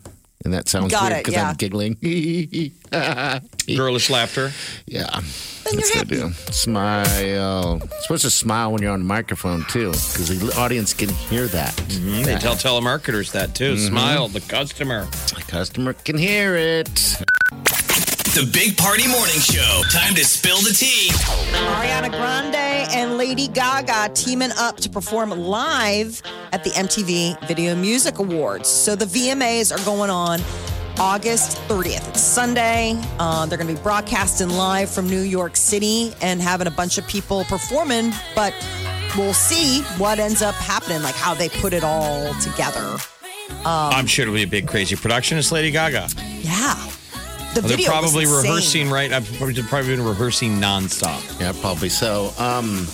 S4: and that sounds
S6: Got
S4: weird
S6: it,
S4: because
S6: yeah.
S4: I'm giggling.
S6: e
S5: Girlish laughter.
S4: yeah, that's what I do. Smile. You're supposed to smile when you're on the microphone too, because the audience can hear that.
S5: They tell telemarketers that too.
S6: Mm-hmm.
S5: Smile, the customer.
S4: The customer can hear it.
S2: The Big Party Morning Show. Time to spill the tea.
S6: Ariana Grande and Lady Gaga teaming up to perform live at the MTV Video Music Awards. So the VMAs are going on August 30th. It's Sunday. Uh, they're going to be broadcasting live from New York City and having a bunch of people performing, but we'll see what ends up happening, like how they put it all together.
S5: I'm sure it'll be a big crazy production. It's Lady Gaga.
S6: Yeah. The
S5: They're
S6: video was
S5: probably
S6: insane.
S5: rehearsing right. I've probably, they've probably been rehearsing nonstop.
S4: Yeah, probably so. Um,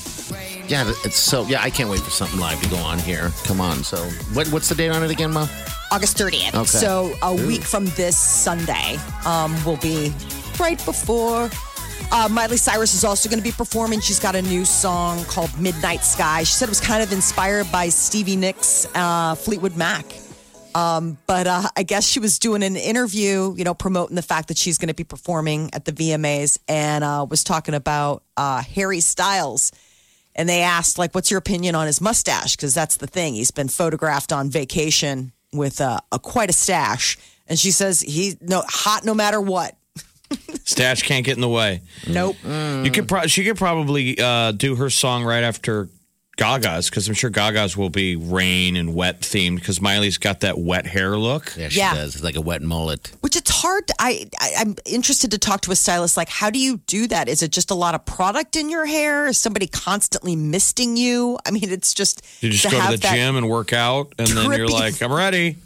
S4: yeah, it's so. Yeah, I can't wait for something live to go on here. Come on. So, what, what's the date on it again, Mo?
S6: August 30th.
S4: Okay.
S6: So a week from this Sunday um, will be right before. Uh, Miley Cyrus is also going to be performing. She's got a new song called Midnight Sky. She said it was kind of inspired by Stevie Nicks, uh, Fleetwood Mac. Um, but uh, I guess she was doing an interview, you know, promoting the fact that she's going to be performing at the VMAs and uh, was talking about uh, Harry Styles. And they asked, like, what's your opinion on his mustache? Because that's the thing. He's been photographed on vacation with uh, a quite a stash. And she says, he's no, hot no matter what.
S5: Stash can't get in the way.
S6: Nope.
S5: You could pro- she could probably uh, do her song right after Gaga's because I'm sure Gaga's will be rain and wet themed because Miley's got that wet hair look.
S4: Yeah, she
S6: Yeah.
S4: does. It's like a wet mullet.
S6: Which it's hard. I, I I'm interested to talk to a stylist. Like, how do you do that? Is it just a lot of product in your hair? Is somebody constantly misting you? I mean, it's just
S5: You just
S6: to
S5: go to
S6: have
S5: the
S6: that
S5: gym and work out, and then you're
S6: drippy-
S5: like, I'm ready.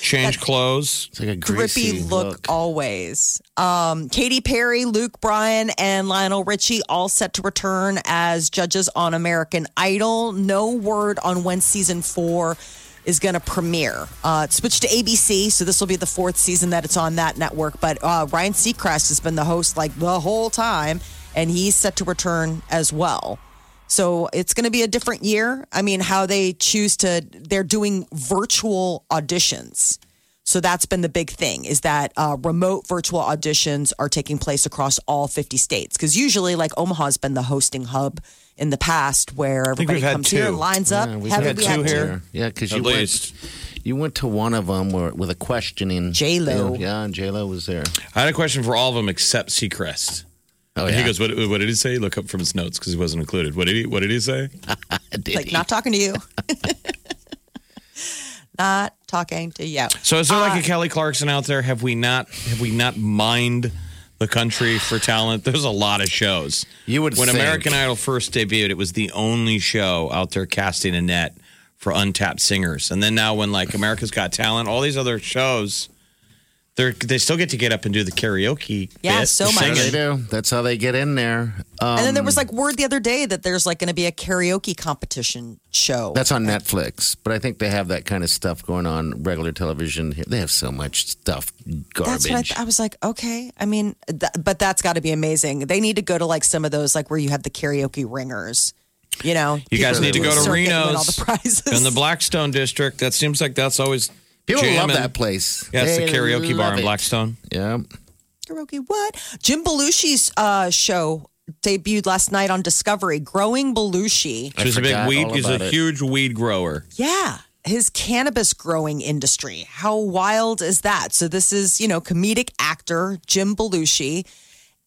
S5: Change clothes.
S4: It's like a greasy
S6: grippy look,
S4: look.
S6: always. Um, Katy Perry, Luke Bryan, and Lionel Richie all set to return as judges on American Idol. No word on when season four is going to premiere. Uh, it switched to ABC, so this will be the fourth season that it's on that network. But uh, Ryan Seacrest has been the host like the whole time, and he's set to return as well. So it's going to be a different year. I mean, how they choose to, they're doing virtual auditions. So that's been the big thing is that uh, remote virtual auditions are taking place across all 50 states. Because usually, like Omaha's been the hosting hub in the past where
S5: think
S6: everybody
S5: we've had
S6: comes here and
S5: two.
S6: lines up.
S4: Yeah, we've
S6: Haven't
S5: had
S6: we
S5: two
S6: had
S5: here.
S6: two?
S4: Yeah, because
S5: At
S4: you went,
S5: least.
S4: you went to one of them where, with a questioning.
S6: J-Lo.
S4: Yeah, and J Lo was there.
S5: I had a question for all of them except Seacrest.
S4: Oh,
S5: And
S4: yeah.
S5: He goes, what, what did he say? Look up from his notes because he wasn't included. What did he What did he say?
S4: Did
S6: Like,
S4: he?
S6: not talking to you. not talking to you.
S5: So is there
S4: Uh,
S5: like a Kelly Clarkson out there? Have we not Have we not mined the country for talent? There's a lot of shows.
S4: You would
S5: when
S4: think.
S5: American Idol first debuted, it was the only show out there casting a net for untapped singers. And then now, when like America's Got Talent, all these other shows, they they still get to get up and do the karaoke.
S6: Yeah,
S5: bit,
S6: so
S5: the
S6: much.
S4: That's how
S5: singing.
S4: they do. That's how they get in there. Um,
S6: and then there was like word the other day that there's like going to be a karaoke competition show.
S4: that's on Netflix, but I think they have that kind of stuff going on regular television. here. They have so much stuff, garbage.
S6: That's what I, th- I was like. Okay, I mean, th- but that's got to be amazing. They need to go to like some of those like where you have the karaoke ringers. You know,
S5: You guys need to go to
S6: Reno
S5: Reno's
S6: All the prizes.
S5: and the Blackstone District. That seems like that's always
S4: People love
S5: jamming.
S4: that place.
S5: Yeah, it's the
S4: They
S5: karaoke bar
S4: love
S5: in
S4: it.
S5: Blackstone.
S4: Yeah.
S6: karaoke. What Jim Belushi's uh, show debuted last night on Discovery. Growing Belushi.
S4: I
S5: She was a big
S4: forgot
S5: weed.
S4: all
S5: He's
S4: about
S5: a
S4: it.
S5: huge weed grower.
S6: Yeah. His cannabis growing industry. How wild is that? So, this is, you know, comedic actor Jim Belushi,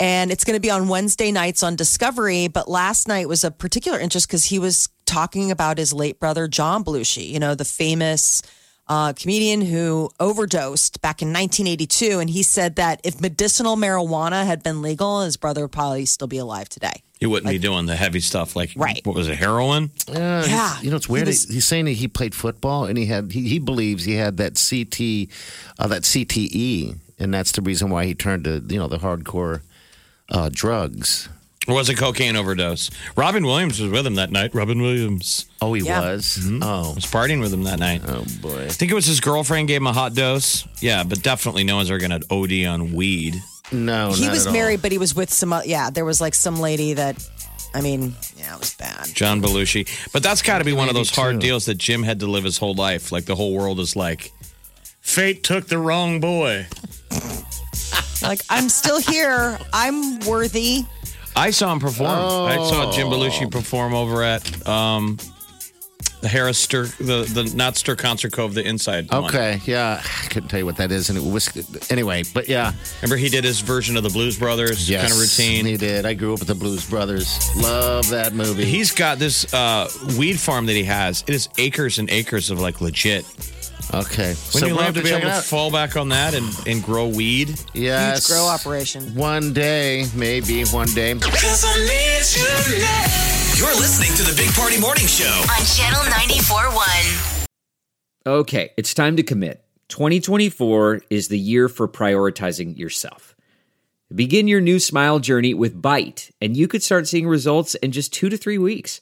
S6: and it's going to be on Wednesday nights on Discovery. But last night was of particular interest because he was talking about his late brother, John Belushi, you know, the famous uh, comedian who overdosed back in 1982. And he said that if medicinal marijuana had been legal, his brother would probably still be alive today.
S5: He wouldn't be doing the heavy stuff like
S6: Right.
S5: what was it, heroin?
S4: Yeah,
S6: Yeah.
S4: he's- you know it's
S6: He
S4: weird.
S6: was-
S4: he's saying that he played football and he had he, he believes he had that CT, uh, that CTE, and that's the reason why he turned to you know the hardcore uh, drugs.
S5: Or was it cocaine overdose? Robin Williams was with him that night. Robin Williams
S4: Oh, he
S6: Yeah.
S4: was.
S5: Mm-hmm.
S4: Oh,
S5: was partying with him that night. I
S4: oh boy.
S5: think it was his girlfriend gave him a hot dose. Yeah, but definitely no one's ever going to OD on weed.
S4: No,
S6: he
S4: not
S6: was
S4: at all.
S6: married, but he was with some. o- Yeah, there was like some lady that. I mean, yeah, it was bad.
S5: John Belushi. But that's got to be one of those hard
S4: 1982.
S5: deals that Jim had to live his whole life. Like the whole world is like, fate took the wrong boy.
S6: Like I'm still here. I'm worthy.
S5: I saw him perform. I
S4: Oh.
S5: saw Jim Belushi perform over at um, the Harris Stir, the, the not Stir Concert Cove, the inside. one.
S4: Okay, yeah, I couldn't tell you what that is, and it was anyway. But yeah,
S5: Remember he did his version of the Blues Brothers kind of routine.
S4: He did. I grew up with the Blues Brothers. Love that movie.
S5: He's got this uh, weed farm that he has. It is acres and acres of like legit.
S4: okay.
S5: Wouldn't you
S4: we'll
S5: love to be
S4: check
S5: able
S4: it
S5: to
S4: out.
S5: fall back on that and, and grow weed?
S4: yes,
S6: Huge grow operation.
S4: One day, maybe one day.
S2: You're listening to the Big Party Morning Show.
S3: On Channel 94.1.
S9: Okay, it's time to commit. 2024 is the year for prioritizing yourself. Begin your new smile journey with Bite, and you could start seeing results in just two to three weeks.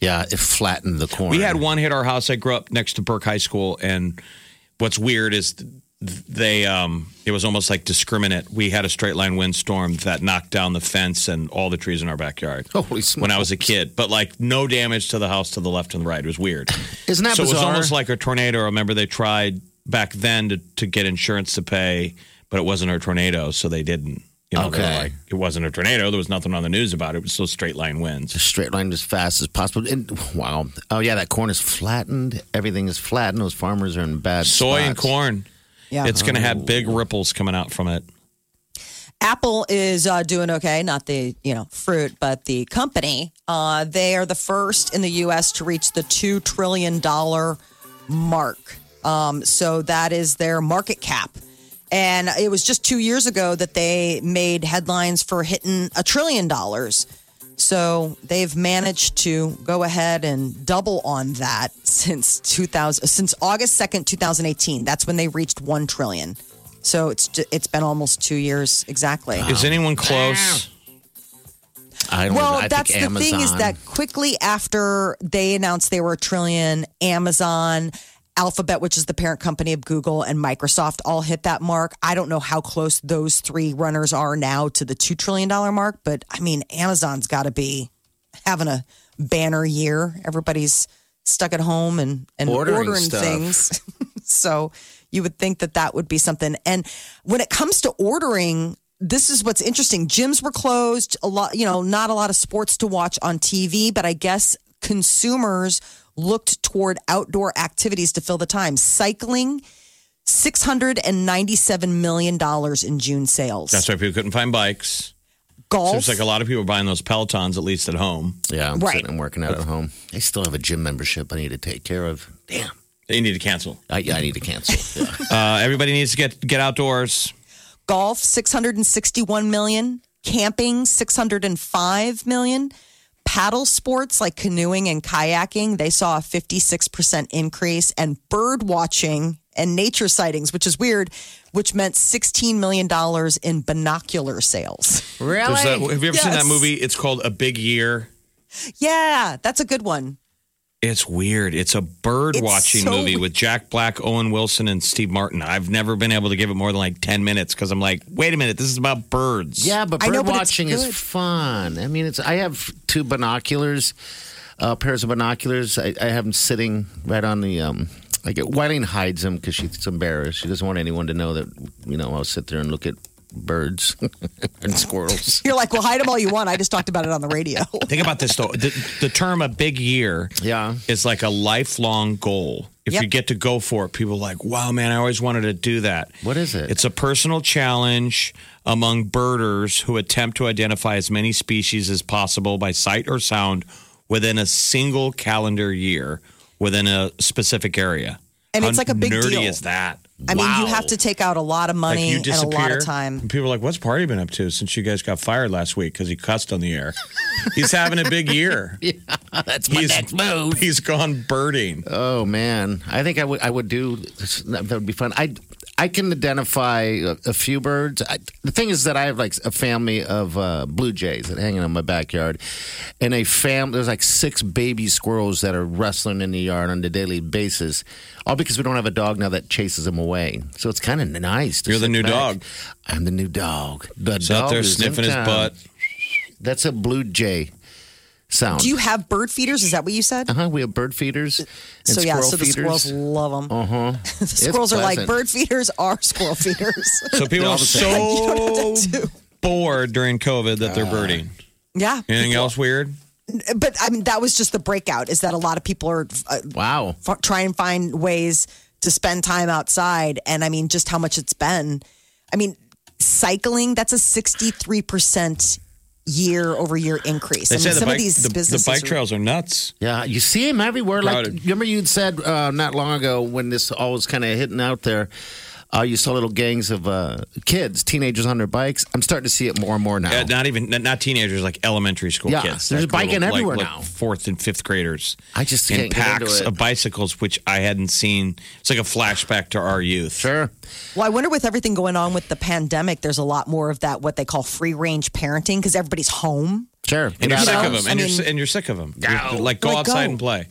S4: Yeah, it flattened the corner.
S5: We had one hit our house. I grew up next to Burke High School, and what's weird is th- they um, it was almost like discriminate. We had a straight line windstorm that knocked down the fence and all the trees in our backyard.
S4: Holy smokes.
S5: When I was a kid, but like no damage to the house to the left and the right. It was weird.
S4: Isn't that
S5: so it was
S4: bizarre?
S5: almost like a tornado. I remember they tried back then to, to get insurance to pay, but it wasn't a tornado, so they didn't. You know, they were
S4: Okay.
S5: like, it wasn't a tornado. There was nothing on the news about it. It was still straight line winds.
S4: straight line as fast as possible. And wow. Oh yeah, that corn is flattened. Everything is flattened. Those farmers are in bad.
S5: Soy and
S4: spots.
S5: corn.
S6: Yeah.
S5: It's going to have big ripples coming out from it.
S6: Apple is uh, doing okay, not the you know fruit, but the company. Uh, they are the first in the U.S. to reach the two trillion dollar mark. Um, so that is their market cap. And it was just two years ago that they made headlines for hitting a trillion dollars. So they've managed to go ahead and double on that since 2000 since August 2nd, 2018. That's when they reached 1 trillion. So it's ju- it's been almost 2 years exactly.
S5: Is anyone close?
S4: I don't
S6: Well,
S4: know. I
S6: that's the
S4: think Amazon,
S6: thing is that quickly after they announced they were a trillion, Amazon, Alphabet, which is the parent company of Google, and Microsoft all hit that mark. I don't know how close those three runners are now to the $2 trillion mark, but I mean, Amazon's got to be having a banner year. Everybody's stuck at home and, and
S4: Ordering
S6: ordering,
S4: stuff.
S6: things. so you would think that that would be something. And when it comes to ordering, this is what's interesting. Gyms were closed, a lot, you know, not a lot of sports to watch on TV, but I guess consumers looked toward outdoor activities to fill the time. Cycling, $697 million in June sales.
S5: That's why people couldn't find bikes.
S6: Golf.
S5: Seems like a lot of people are buying those Pelotons, at least at home.
S4: yeah, I'm
S6: Right.
S4: sitting and working out at home. I still have a gym membership I need to take care of. Damn.
S5: They need to cancel.
S4: I, I need to cancel. Yeah.
S5: Uh, everybody needs to get get outdoors.
S6: golf 661 million camping 605 million paddle sports like canoeing and kayaking, they saw a 56% increase, and bird watching and nature sightings, which is weird, which meant $16 million in binocular sales.
S5: There's that-
S10: Really?
S5: have you ever seen that
S6: Yes.
S5: movie? It's called A Big Year.
S6: Yeah, that's a good one.
S5: It's weird. It's a bird
S6: It's
S5: watching
S6: so
S5: movie
S6: weird.
S5: with Jack Black, Owen Wilson, and Steve Martin. I've never been able to give it more than like 10 minutes because I'm like, wait a minute, this is about birds.
S4: Yeah, but
S6: I
S4: bird
S6: know, but it's
S4: watching is
S6: good.
S4: fun. I mean, it's. I have two binoculars, uh, pairs of binoculars. I, I have them sitting right on the. Um, like Wileen hides them because she's embarrassed. She doesn't want anyone to know that. You know, I'll sit there and look at birds and squirrels.
S6: You're like, well, hide them all you want. I just talked about it on the radio.
S5: Think about this though. The, the term a big year
S4: Yeah.
S5: is like a lifelong goal. If
S6: Yep.
S5: you get to go for it, people are like, wow, man, I always wanted to do that.
S4: What is it?
S5: It's a personal challenge among birders who attempt to identify as many species as possible by sight or sound within a single calendar year within a specific area.
S6: And it's
S5: How
S6: like a big
S5: nerdy
S6: deal.
S5: is that?
S6: I mean, you
S5: Wow.
S6: have to take out a lot of
S5: Like,
S6: money
S5: you
S6: and a lot
S5: disappear,
S6: of time.
S5: and people are like, "What's Party been up to since you guys got fired last week?" Because he cussed on the air. He's having a big year.
S4: That's
S5: he's He's gone birding.
S4: Oh man, I think I would. I would do. That would be fun. I I can identify a, a few birds. I, the thing is that I have like a family of uh, blue jays that hanging in my backyard, and a fam. There's like six baby squirrels that are wrestling in the yard on a daily basis, all because we don't have a dog now that chases them away. So it's kind of nice. To
S5: You're the
S4: sit
S5: new
S4: back.
S5: dog.
S4: I'm the new dog. The
S5: He's
S4: dog
S5: out there
S4: is in
S5: sniffing his
S4: town.
S5: butt.
S4: That's a blue jay sound.
S6: Do you have bird feeders? Is that what you said?
S4: Uh huh. We have bird feeders. And
S6: so yeah,
S4: squirrel
S6: so the
S4: feeders.
S6: squirrels love them.
S5: Uh-huh.
S6: the squirrels are like
S4: pleasant.
S6: bird feeders are squirrel feeders.
S5: So people are so
S6: to do.
S5: bored during COVID that they're birding.
S6: yeah,
S5: Anything else weird?
S6: but I mean that was just the breakout. Is that a lot of people are uh,
S4: Wow.
S6: f- try and find ways to spend time outside, and I mean just how much it's been. I mean, cycling that's a sixty three percent year over year increase.
S5: They
S6: I mean,
S5: say the
S6: some
S5: bike,
S6: of these
S5: the, the
S6: businesses
S5: bike
S6: are-
S5: trails are nuts.
S4: Yeah, you see him everywhere.
S5: Crowded.
S4: Like, remember you'd said uh, not long ago when this all was kind of hitting out there, uh, you saw little gangs of uh, kids, teenagers on their bikes. I'm starting to see it more and more now.
S5: Uh, not even not, not teenagers, like elementary school
S4: Yeah,
S5: kids.
S4: there's
S5: Like
S4: biking
S5: little-
S4: everywhere
S5: like,
S4: now.
S5: Like fourth and fifth graders.
S4: I just
S5: in
S4: can't get
S5: packs
S4: into it.
S5: of bicycles, which I hadn't seen. It's like a flashback to our youth.
S4: sure.
S6: Well, I wonder with everything going on with the pandemic, there's a lot more of that what they call free range parenting because everybody's home.
S4: Sure.
S5: And you're
S6: You
S5: sick
S6: know,
S5: of them.
S6: I
S5: And,
S6: mean-
S5: you're, and you're sick of them. Like, go
S6: Like,
S5: outside
S6: go.
S5: and play.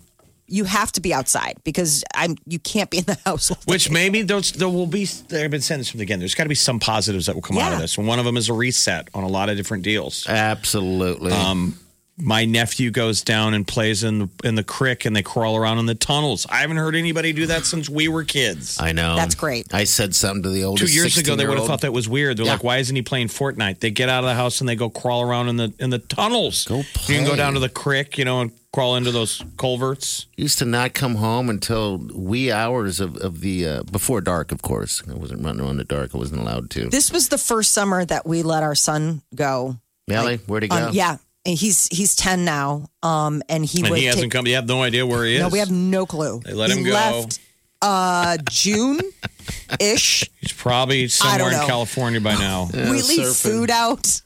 S6: You have to be outside because I'm you can't be in the house. all day.
S5: Which maybe those there will be. There have been saying this from the beginning. There's got to be some positives that will come out of
S6: Yeah.
S5: this. And one of them is a reset on a lot of different deals.
S4: Absolutely.
S5: Um, My nephew goes down and plays in the, in the creek, and they crawl around in the tunnels. I haven't heard anybody do that since we were kids.
S4: I know.
S6: That's great.
S4: I said something to the
S5: Two
S4: oldest.
S5: years ago, they would have thought that was weird. They're
S4: Yeah.
S5: like, "Why isn't he playing Fortnite?" They get out of the house and they go crawl around in the in the tunnels.
S4: Go
S5: You can go
S4: play.
S5: down to the creek, you know, and crawl into those culverts.
S4: used to not come home until wee hours of, of the uh, before dark. Of course, I wasn't running around in the dark. I wasn't allowed to.
S6: This was the first summer that we let our son go.
S4: Really? Where'd he go?
S6: Um, yeah. And he's he's ten now. Um, and he
S5: And
S6: would
S5: he hasn't
S6: take-
S5: come. You have no idea where he is.
S6: No, we have no clue. They
S5: let
S6: he
S5: him go.
S6: Left, uh, June ish.
S5: He's probably somewhere in
S6: know.
S5: California by now.
S6: we leave
S4: surfing.
S6: food out.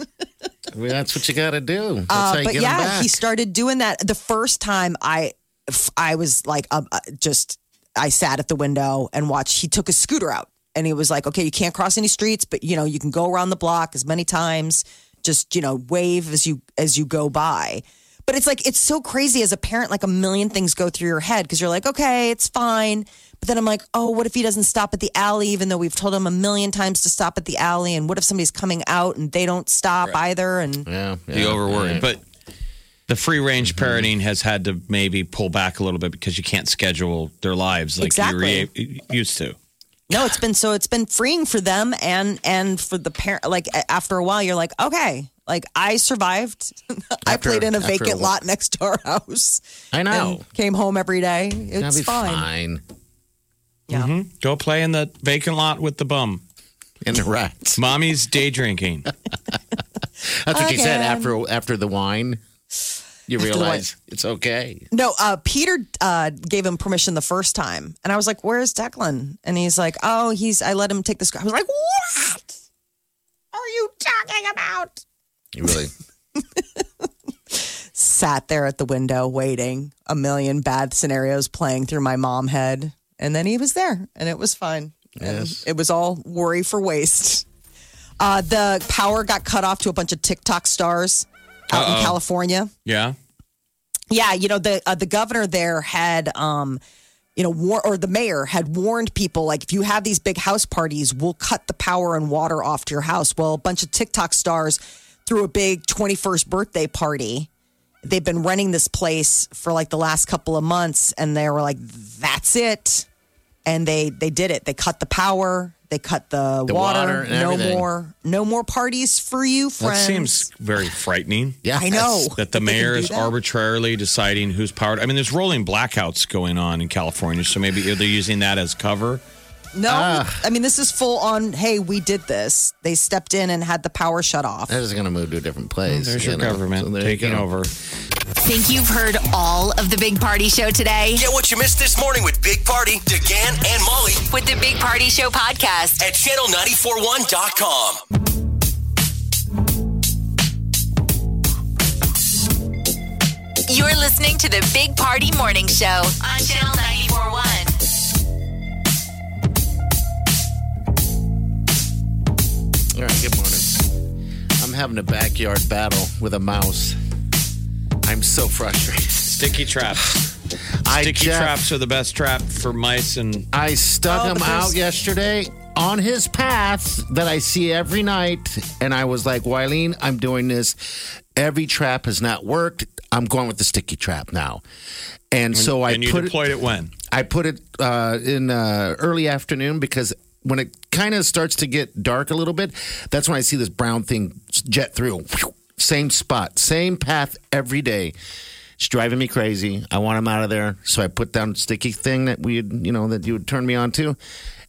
S4: I mean, that's what you got to do. That's how
S6: Uh,
S4: you
S6: but
S4: get 'em
S6: yeah,
S4: back.
S6: he started doing that the first time. I f- I was like, um, uh, just I sat at the window and watched. He took his scooter out, and he was like, "Okay, you can't cross any streets, but you know you can go around the block as many times. Just you know wave as you as you go by." But it's like it's so crazy as a parent. Like a million things go through your head because you're like, "Okay, it's fine." But then I'm like, oh, what if he doesn't stop at the alley, even though we've told him a million times to stop at the alley? And what if somebody's coming out and they don't stop either? And
S4: yeah, yeah,
S5: the overworry.
S4: yeah.
S5: But the free range parenting has had to maybe pull back a little bit because you can't schedule their lives like
S6: Exactly.
S5: you re- used to.
S6: No, it's been so it's been freeing for them and and for the parent. Like a- after a while, you're like, okay, like I survived. I
S4: After-
S6: played in a
S4: after a
S6: vacant
S4: while.
S6: lot next to our house.
S4: I know.
S6: and came home every day.
S4: That'd
S6: It's
S4: be
S6: fine.
S4: fine.
S6: Yeah.
S5: Go play in the vacant lot with the bum.
S4: And the rats.
S5: Mommy's day drinking.
S4: That's what you said
S6: Again.
S4: after after the wine. You
S6: After the
S4: realize it's okay.
S6: No, uh, Peter uh, gave him permission the first time, and I was like, "Where's Declan?" And he's like, "Oh, he's." I let him take this. I was like, "What are you talking about?"
S4: You really
S6: sat there at the window waiting, a million bad scenarios playing through my mom head. And then he was there and it was fine. And
S4: Yes.
S6: it was all worry for waste. Uh, the power got cut off to a bunch of TikTok stars out in California.
S5: Yeah.
S6: Yeah, you know the uh, the governor there had, um, you know, war- or the mayor had warned people like if you have these big house parties, we'll cut the power and water off to your house. Well, a bunch of TikTok stars threw a big 21st birthday party. They've been renting this place for like the last couple of months, and they were like, "That's it," and they they did it. They cut the power. They cut the,
S4: The water and
S6: no
S4: everything.
S6: more, no more parties for you,
S5: That
S6: friends.
S5: seems very frightening.
S4: Yeah,
S6: I know.
S5: That the
S6: They can
S5: mayor
S6: do
S5: is
S6: that?
S5: arbitrarily deciding who's powered. I mean, there's rolling blackouts going on in California, so maybe they're using that as cover.
S6: No,
S4: Ah.
S6: I mean this is full on. Hey, we did this. They stepped in and had the power shut off.
S4: That is going to move to a different place.
S5: There's
S4: you
S5: your
S4: know.
S5: government
S4: So there you
S5: taking
S4: go.
S5: over.
S3: Think you've heard all of the Big Party Show today?
S2: Get what you missed this morning with Big Party, DeGan, and Molly
S3: With the Big Party Show podcast.
S2: at channel941.com.
S3: You're listening to the Big Party Morning Show on Channel 941.
S4: All right, good morning. I'm having a backyard battle with a mouse. I'm so frustrated.
S5: Sticky traps.
S4: I
S5: Sticky
S4: def-
S5: traps are the best trap for mice and
S4: I stuck
S6: Oh,
S4: him
S6: but
S4: out
S6: there's-
S4: yesterday on his path that I see every night, and I was like, Wyleen, I'm doing this. Every trap has not worked. I'm going with the sticky trap now. And so I
S5: and you
S4: put it-
S5: deployed it when?
S4: I put it uh, in uh, early afternoon because when it kind of starts to get dark a little bit, that's when I see this brown thing jet through. Same spot, same path every day. It's driving me crazy. I want him out of there, so I put down sticky thing that we, you know, that you would turn me on to,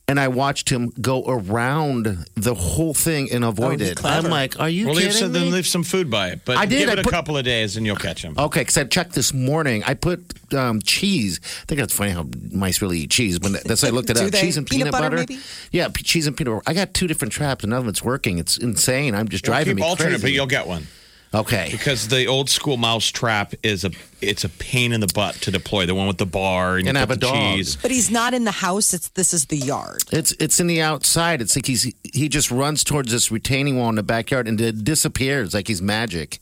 S4: and I watched him go around the whole thing and avoid
S6: he's
S4: it.
S6: clever.
S4: I'm like, are you
S5: Well, leave
S4: kidding
S5: some,
S4: me?
S5: then leave some food by it. But
S4: I did,
S5: give
S4: I
S5: it a
S4: put- Oh,
S5: couple of days and you'll catch them.
S4: Okay, because I checked this morning. I put um, cheese. I think that's funny how mice really eat cheese. When that's I looked it
S6: Do
S4: up.
S6: they?
S4: Cheese and peanut,
S6: Peanut butter, maybe?
S4: Yeah, p- cheese and peanut butter. I got two different traps, and none of it's working. It's insane. I'm just
S5: Well,
S4: driving
S5: keep
S4: me
S5: alternate,
S4: crazy.
S5: but you'll get one
S4: okay,
S5: because the old school mouse trap is a it's a pain in the butt to deploy. The one with the bar and, you
S4: And I
S5: put
S4: have a
S5: the
S4: dog.
S5: cheese.
S6: But he's not in the house. It's this is the yard.
S4: it's it's in the outside. It's like he's he just runs towards this retaining wall in the backyard and it disappears like he's magic.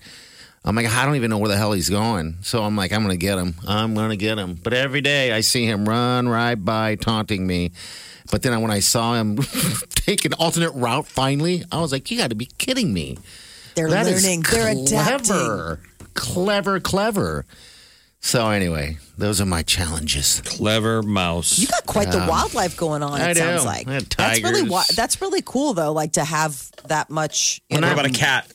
S4: I'm like, I don't even know where the hell he's going. So I'm like, I'm gonna get him. I'm gonna get him. But every day I see him run right by, taunting me. But then when I saw him take an alternate route, finally, I was like, you got to be kidding me.
S6: They're
S4: That is
S6: learning. They're adapting.
S4: clever, clever, clever. So anyway, those are my challenges.
S5: Clever mouse.
S6: You got quite the wildlife going on.
S4: I
S6: It sounds
S4: do.
S6: like
S4: I had
S6: that's really
S4: tigers.
S6: wi- that's really cool though. Like to have that much. You
S5: what
S6: know,
S5: about a cat?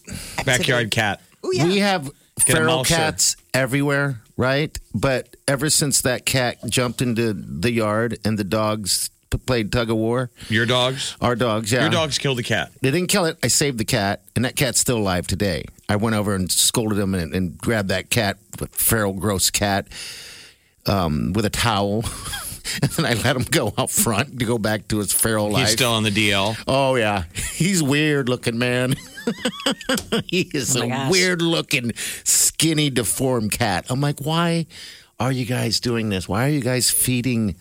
S5: Backyard cat.
S6: Ooh, yeah.
S4: We have
S5: Get a
S4: feral
S5: mouser.
S4: cats everywhere, right? But ever since that cat jumped into the yard and the dogs p- played tug of war,
S5: Your dogs.
S4: our dogs, yeah,
S5: Your dogs killed the cat.
S4: they didn't kill it. I saved the cat, and that cat's still alive today. I went over and scolded him and, and grabbed that cat, feral, gross cat, um, with a towel. And then I let him go out front to go back to his feral life.
S5: He's still on the DL.
S4: Oh yeah, he's weird looking man. he is
S6: Oh,
S4: a weird looking, skinny, deformed cat. I'm like, why are you guys doing this? Why are you guys feeding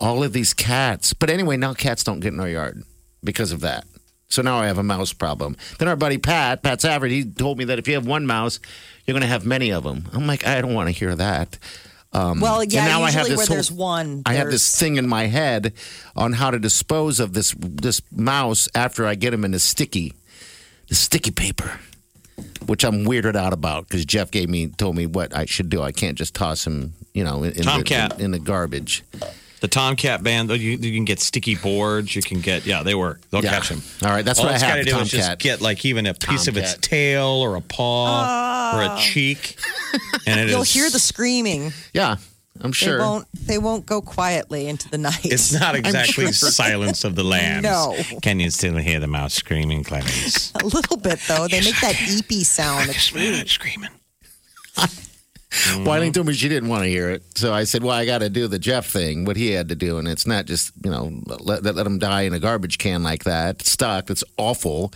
S4: all of these cats? But anyway, now cats don't get in our yard because of that. So now I have a mouse problem. Then our buddy Pat, Pat Savard, he told me that if you have one mouse, you're going to have many of them. I'm like, I don't want to hear that. Um,
S6: well, yeah.
S4: Mm. now
S6: usually
S4: I have this
S6: where
S4: whole-
S6: there's one,
S4: I have
S6: there's-
S4: this thing in my head on how to dispose of this this mouse after I get him in the sticky, the sticky paper, which I'm weirded out about because Jeff gave me told me what I should do. I can't just toss him, you know, in, in, the,
S5: Tomcat.
S4: in, in the garbage.
S5: The Tomcat band. though, You, you can get sticky boards. You can get yeah. They work. They'll
S4: Yeah.
S5: catch him.
S4: All right, that's
S5: All
S4: what I
S5: it's
S4: have.
S5: gotta
S4: the
S5: do is just
S4: Tomcat.
S5: get like even a piece of its
S4: Tomcat. Ah.
S5: tail or a paw or a cheek, and it
S6: You'll
S5: is-
S6: hear the screaming.
S4: yeah, I'm
S6: They
S4: sure.
S6: won't. They won't go quietly into the night.
S5: It's not
S6: I'm
S5: exactly
S6: sure.
S5: silence of the lambs.
S6: No.
S5: Can you still hear the mouse screaming, Clarence?
S6: a little bit though. They make that eepy sound. It's weird.
S5: screaming.
S4: Whining told me she didn't want to hear it, so I said, "Well, I got to do the Jeff thing, what he had to do, and it's not just you know let let, let him die in a garbage can like that, stuck. That's awful."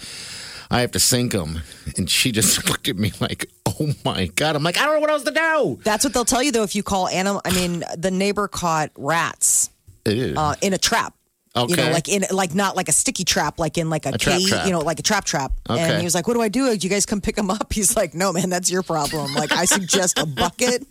S4: I have to sink them. And she just looked at me like, oh my God. I'm like, I don't know what else to do.
S6: That's what they'll tell you though if you call animal. I mean, the neighbor caught rats
S4: Ew.
S6: uh, in a trap. You know,
S4: Okay.
S6: like in like not like a sticky trap, like in like a,
S4: trap
S6: cage,
S4: trap.
S6: you know, like a trap trap. And
S4: Okay.
S6: he was like, "What do I do? Do you guys come pick them up?" He's like, "No, man, that's your problem. Like, I suggest a bucket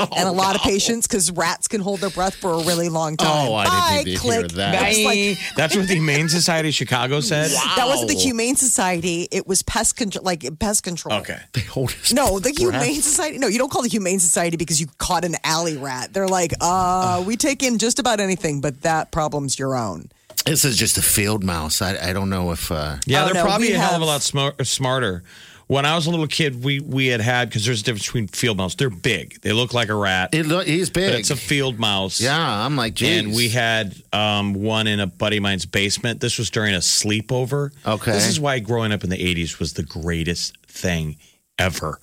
S4: Oh,
S6: and a lot of patience because rats can hold their breath for a really long time."
S4: Oh, I
S6: Bye,
S4: didn't need to
S6: click.
S4: hear that.
S6: It's like-
S5: That's what the Humane Society of Chicago said.
S6: That wasn't the
S4: Wow.
S6: Humane Society. It was pest control, like pest control.
S5: Okay.
S4: They hold his
S6: No, the
S4: breath.
S6: Humane Society. No, you don't call the Humane Society because you caught an alley rat. They're like, uh, we take in just about anything, but that problem's your own.
S4: This is just a field mouse. I, I don't know if. Uh,
S5: Yeah,
S6: Oh,
S5: they're
S6: no,
S5: probably
S6: we
S5: a hell of a
S6: have-
S5: lot smar- smarter. When I was a little kid, we we had had because there's a difference between field mouse. They're big. They look like a rat,
S4: it, look- he's
S5: but
S4: big.
S5: it's a field mouse.
S4: yeah, I'm like, geez.
S5: And we had um, one in a buddy of mine's basement. This was during a sleepover.
S4: Okay.
S5: This is why growing up in the 80s was the greatest thing ever.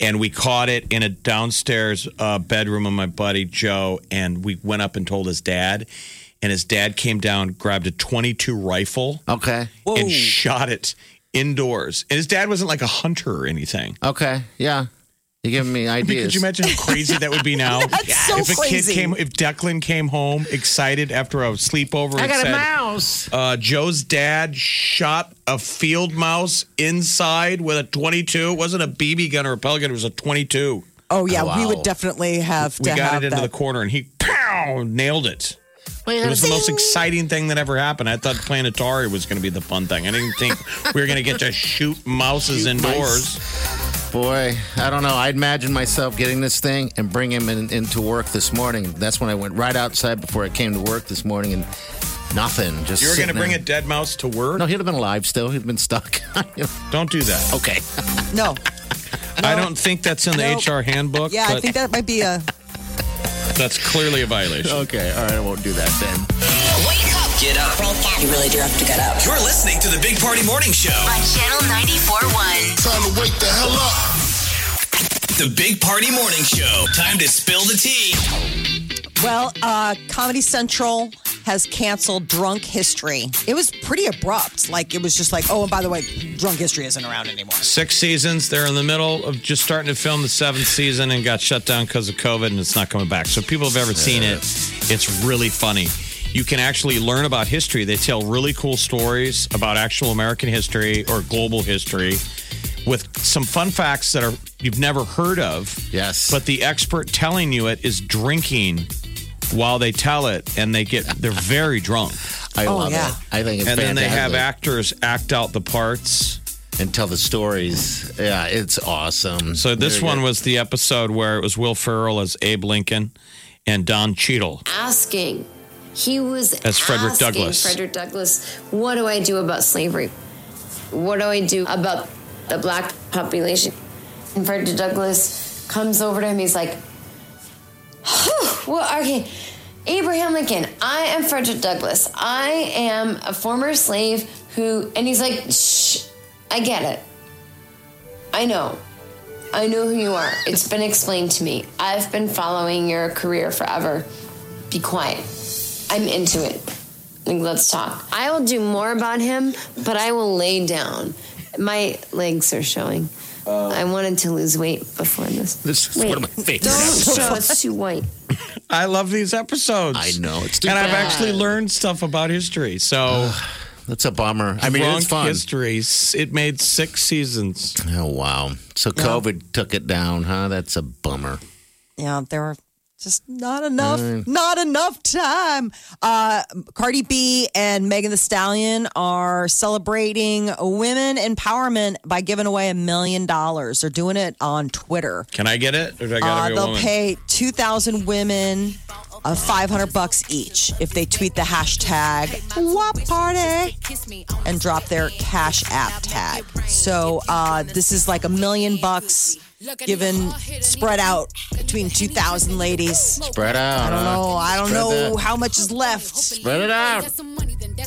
S5: And we caught it in a downstairs uh, bedroom of my buddy Joe. And we went up and told his dad. And his dad came down, grabbed a 22 rifle,
S4: Okay.
S5: and shot it indoors. And his dad wasn't like a hunter or anything.
S4: Okay. Yeah. You're giving me ideas.
S5: Could you imagine how crazy that would be now?
S6: That's so
S5: if a kid
S6: crazy.
S5: came, if Declan came home excited after a sleepover,
S4: I
S5: and
S4: got a
S5: said,
S4: mouse.
S5: uh, Joe's dad shot a field mouse inside with a 22. It wasn't a BB gun or a pellet gun. It was a 22.
S6: Oh yeah,
S4: Oh,
S6: we
S4: wow.
S6: would definitely have
S5: We
S6: to
S5: got
S6: have
S5: it into
S6: that.
S5: the corner, and he pow nailed it. It was the most exciting thing that ever happened. I thought playing Atari was going to be the fun thing. I didn't think we were going to get to shoot mouses indoors.
S4: Boy, I don't know. I imagine myself getting this thing and bring him in, into work this morning. That's when I went right outside before I came to work this morning and nothing. Just
S5: You were going to
S4: sitting
S5: bring a
S4: there.
S5: dead mouse to work?
S4: No, he'd have been alive still. He'd been stuck.
S5: Don't do that.
S4: okay.
S6: no,
S5: I don't think that's in the
S6: Nope.
S5: HR handbook.
S6: yeah, I
S5: but
S6: think that might be a.
S5: that's clearly a violation.
S4: Okay. All right. I won't do that then.
S3: Wake up
S2: Get up.
S10: You really do have to get up.
S2: You're listening to the Big Party Morning Show.
S3: on Channel 94.1.
S11: Time to wake the hell up.
S2: The Big Party Morning Show. Time to spill the tea.
S6: Well, uh, Comedy Central has canceled Drunk History. It was pretty abrupt. Like it was just like, oh, and by the way, Drunk History isn't around anymore.
S5: six seasons. They're in the middle of just starting to film the seventh season and got shut down because of COVID and it's not coming back. So people have ever seen it. It's really funny. You can actually learn about history. They tell really cool stories about actual American history or global history with some fun facts that are you've never heard of.
S4: Yes.
S5: But the expert telling you it is drinking while they tell it and they get they're very drunk.
S4: I
S6: Oh,
S4: love
S6: yeah.
S4: it. I think it's
S5: And then they have
S4: fantastic.
S5: actors act out the parts.
S4: and tell the stories. Yeah, it's awesome.
S5: So this
S4: Very
S5: one
S4: good.
S5: was the episode where it was Will Ferrell as Abe Lincoln and Don Cheadle.
S12: asking. He was
S5: That's
S6: Ah,
S5: Frederick
S12: asking
S5: Douglass.
S12: Frederick Douglass, what do I do about slavery? What do I do about the black population? And Frederick Douglass comes over to him. He's like, "Whew, well, okay, Abraham Lincoln. I am Frederick Douglass. I am a former slave who," and he's like, "Shh, I get it. I know." I know who you are. It's been explained to me. I've been following your career forever. Be quiet. I'm into it. Like, let's talk. I will do more about him, but I will lay down. My legs are showing. I wanted to lose weight before this.
S4: This is
S12: Wait.
S4: one of my favorite.
S12: Don't
S4: episodes.
S12: show it's too white.
S5: I love these episodes.
S4: I know it's too
S5: And I've
S4: bad.
S5: actually learned stuff about history. So
S4: That's a bummer. I mean,
S5: drunk
S4: it's fun.
S5: history. s- It made six seasons.
S4: Oh wow! So COVID took it down, huh? That's a bummer.
S6: Yeah, there were just not enough,
S5: Mm.
S6: not enough time. Uh, Cardi B and Megan the Stallion are celebrating women empowerment by giving away a million dollars. They're doing it on Twitter.
S5: Can I get it? Or do I gotta
S6: Uh,
S5: be a
S6: they'll
S5: woman?
S6: pay two thousand women. Uh, 500 bucks each if they tweet the hashtag WAP party and drop their cash app tag. So uh, this is like a million bucks given spread out between 2,000 ladies.
S4: Spread out.
S6: I don't
S4: huh?
S6: know. I don't
S4: Spread
S6: know
S4: that-
S6: how much is left,
S4: Spread it out.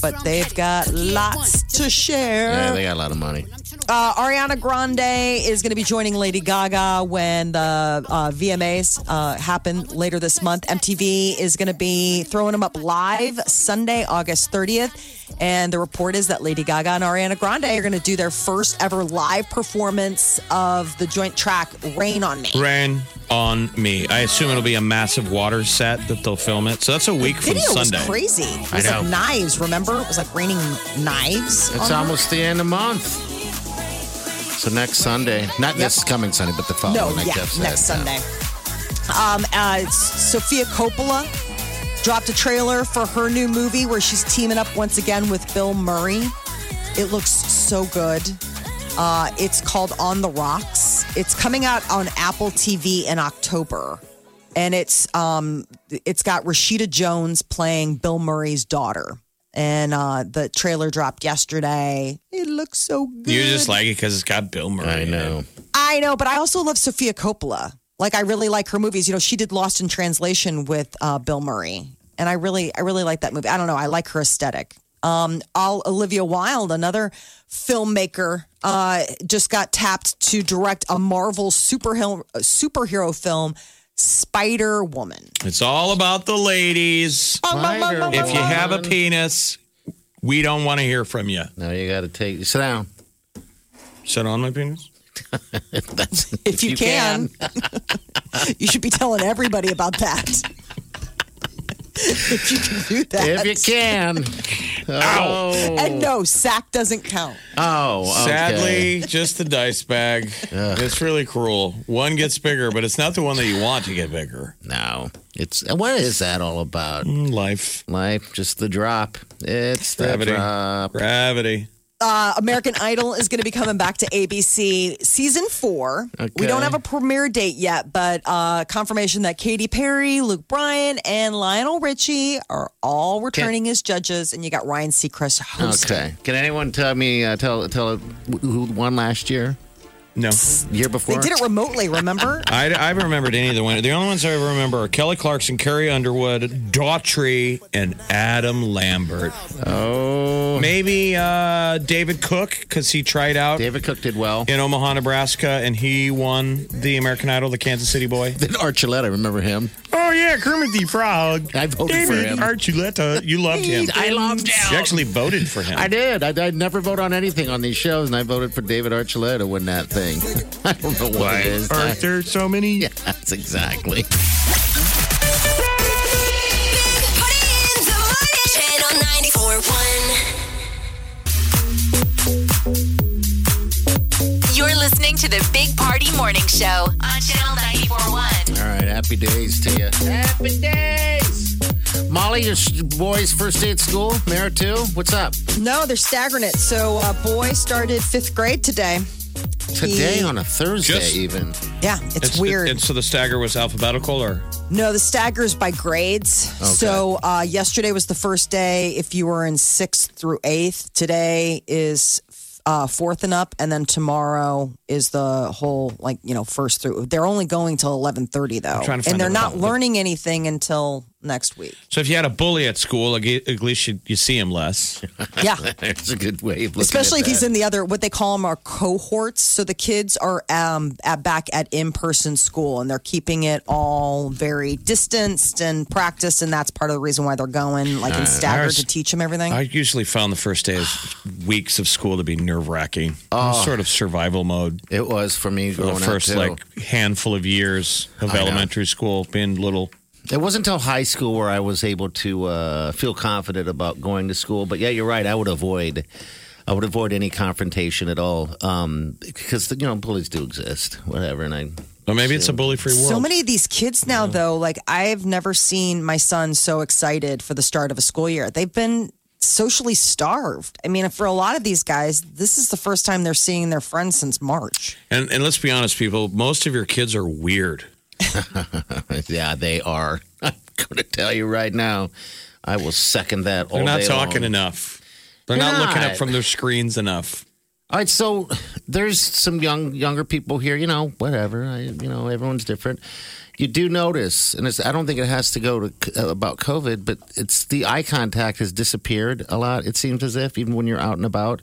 S6: but they've got lots to
S4: Yeah,
S6: share.
S4: they got a lot of money.
S6: Uh, Ariana Grande is going to be joining Lady Gaga when the uh, VMAs uh, happen later this month. MTV is going to be throwing them up live Sunday, August 30th. And the report is that Lady Gaga and Ariana Grande are going to do their first ever live performance of the joint track Rain on Me.
S5: Rain on me. I assume it'll be a massive water set that they'll film it. So that's a week from
S6: Video was
S5: Sunday.
S6: crazy. It
S5: I
S6: was
S5: know.
S6: like knives, remember? It was like raining knives.
S4: It's
S6: on her.
S4: almost the end of month. So next Sunday, not this coming Sunday, but the following.
S6: No,
S4: like
S6: yeah,
S4: Jeff said.
S6: next Sunday. Um, uh, it's Sophia Coppola dropped a trailer for her new movie where she's teaming up once again with Bill Murray. It looks so good. Uh, it's called On the Rocks. It's coming out on Apple TV in October, and it's um, it's got Rashida Jones playing Bill Murray's daughter. And uh, the trailer dropped yesterday. It looks so good.
S5: You just like it because it's got Bill Murray. I know.
S6: I know, but I also love Sophia Coppola. Like I really like her movies. You know, she did Lost in Translation with uh, Bill Murray, and I really, I really like that movie. I don't know, I like her aesthetic. Um, all Olivia Wilde, another filmmaker, uh, just got tapped to direct a Marvel superhero superhero film, Spider Woman.
S5: It's all about the ladies.
S6: Oh,
S5: If you have a penis, we don't want to hear from you.
S4: No, you got to take. Sit down.
S5: Sit on my penis.
S4: That's,
S6: If you, can, you should be telling everybody about that. if you can do that,
S4: If you can. Oh.
S6: And no, sack doesn't count.
S4: Oh, okay.
S5: Sadly, just the dice bag. It's really cruel. One gets bigger, but it's not the one that you want to get bigger. Mm,
S4: No. It's what is that all about?
S5: Life.
S4: Life, just the drop. It's the
S5: Gravity.
S4: drop.
S5: Gravity.
S6: Uh, American Idol is going to be coming back to ABC season four. We
S4: Okay.
S6: don't have a premiere date yet, but uh, confirmation that Katy Perry, Luke Bryan, and Lionel Richie are all returning as judges, and you got Ryan Seacrest hosting.
S4: Okay. Can anyone tell me uh, tell tell who won last year?
S5: No.
S4: Year before?
S6: They did it remotely, remember?
S5: I, I haven't remembered any of the winners. The only ones I remember are Kelly Clarkson, Carrie Underwood, Daughtry, and Adam Lambert.
S4: Oh.
S5: Maybe uh, David Cook because he tried out
S4: David Cook did well.
S5: in Omaha, Nebraska, and he won the American Idol, the Kansas City boy.
S4: Then Archuleta, remember him?
S5: Oh yeah, Kermit the Frog.
S4: I voted for him.
S5: Archuleta, you loved him.
S4: I loved him.
S5: You actually voted for him.
S4: I did. I, I never vote on anything on these shows, and I voted for David Archuleta to win that thing. I don't know what it is. I-
S5: there so many?
S4: yeah, that's exactly.
S3: Big Party in the morning. Channel 94.1. You're listening to the Big Party Morning Show on Channel 94.1.
S4: All right, happy days to you. Happy days. Molly, your s- boys' first day at school, Mara too. What's up
S6: no, they're staggering it. So, uh, boy started fifth grade today.
S4: today on a Thursday?
S5: Just-
S4: even
S6: Yeah, it's, weird.
S5: And so the stagger was alphabetical, or
S6: No, the stagger is by grades. So uh, yesterday was the first day if you were in sixth through eighth. Today is uh, fourth and up, and then tomorrow is the whole like you know first through. They're only going till eleven thirty though,
S5: trying to
S6: and
S5: find
S6: they're
S5: the
S6: not
S5: result.
S6: learning anything until next week.
S5: so if you had a bully at school, like, at least you, you see him less.
S6: Yeah.
S4: it's a good way of looking.
S6: Especially if
S4: at
S6: he's
S4: that.
S6: in the other, what they call them are cohorts. So the kids are um, at back at in-person school, and they're keeping it all very distanced and practiced, and that's part of the reason why they're going like in staggered
S5: ours-
S6: to teach them everything.
S5: Uh, I usually found the first days, weeks of school to be nerve wracking. Sort of survival mode.
S4: It was for me
S5: for
S4: Oh. growing
S5: the first
S4: up too.
S5: like handful of years of
S4: I know.
S5: elementary school being little.
S4: It wasn't until high school where I was able to uh, feel confident about going to school. But yeah, you're right. I would avoid, I would avoid any confrontation at all um, because you know bullies do exist, whatever. And I
S5: Or maybe it's a bully free world.
S6: So many of these kids now, though, like I've never seen my son so excited for the start of a school year. They've been socially starved. I mean, for a lot of these guys, this is the first time they're seeing their friends since March.
S5: and, and let's be honest, people, most of your kids are weird.
S4: yeah, they are. I'm going to tell you right now. I will second that.
S5: They're
S4: all
S5: not
S4: day
S5: talking
S4: long.
S5: enough. They're
S4: They're
S5: not, looking up
S4: not.
S5: from their screens enough.
S4: All right, so there's some young younger people here. You know, whatever. I, you know, everyone's different. You do notice, and it's, I don't think it has to go to uh, about COVID, but it's the eye contact has disappeared a lot. It seems as if even when you're out and about.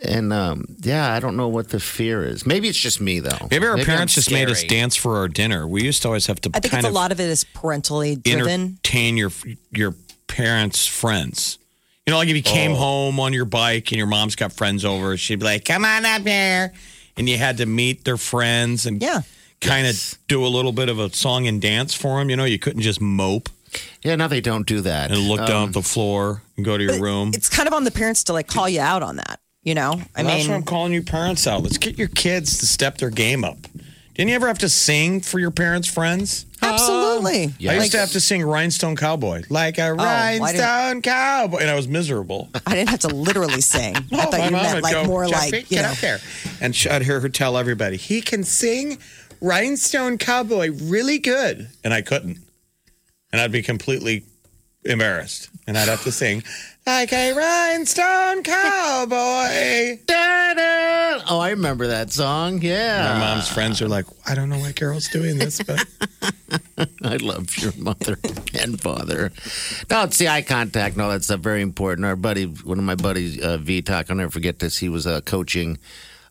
S4: And um, yeah, I don't know what the fear is. Maybe it's just me though.
S5: Maybe our
S4: I'm
S5: parents just made us
S4: scary.
S5: dance for our dinner. We used to always have to
S6: I think
S5: kind
S6: it's a
S5: of
S6: lot of it is parentally driven.
S5: entertain your your parents' friends. You know, like if you
S4: Oh.
S5: came home on your bike and your mom's got friends over, she'd be like, "Come on up here," and you had to meet their friends and yeah, kind of do a little bit of a song and dance for them. You know, you couldn't just mope.
S4: Yeah, now they don't do that. Um,
S5: And look down at the floor and go to your room.
S6: It's kind of on the parents to like call you out on that. You know, I
S5: Well,
S6: mean,
S5: that's what I'm calling you parents out. Let's get your kids to step their game up. Didn't you ever have to sing for your parents' friends?
S6: absolutely.
S5: I used
S6: Like,
S5: to have to sing Rhinestone Cowboy. Like a
S6: Oh, why did-
S5: rhinestone cowboy. And I was miserable.
S6: I didn't have to literally sing. I
S5: Oh,
S6: thought
S5: my
S6: you
S5: mom
S6: meant
S5: would
S6: like
S5: go,
S6: more
S5: "Jeffrey,
S6: like you
S5: get
S6: know.
S5: out there. And she- I'd hear her tell everybody, he can sing Rhinestone Cowboy really good. And I couldn't. And I'd be completely embarrassed. And I'd have to sing, like a rhinestone cowboy.
S4: Da-da. Oh, I remember that song.
S5: My
S4: Yeah.
S5: mom's friends are like, I don't know why Carol's doing this, but
S4: I love your mother and father. No, it's the eye contact and all that stuff. Very important. Our buddy, one of my buddies, uh, VTOC, I'll never forget this. He was uh, coaching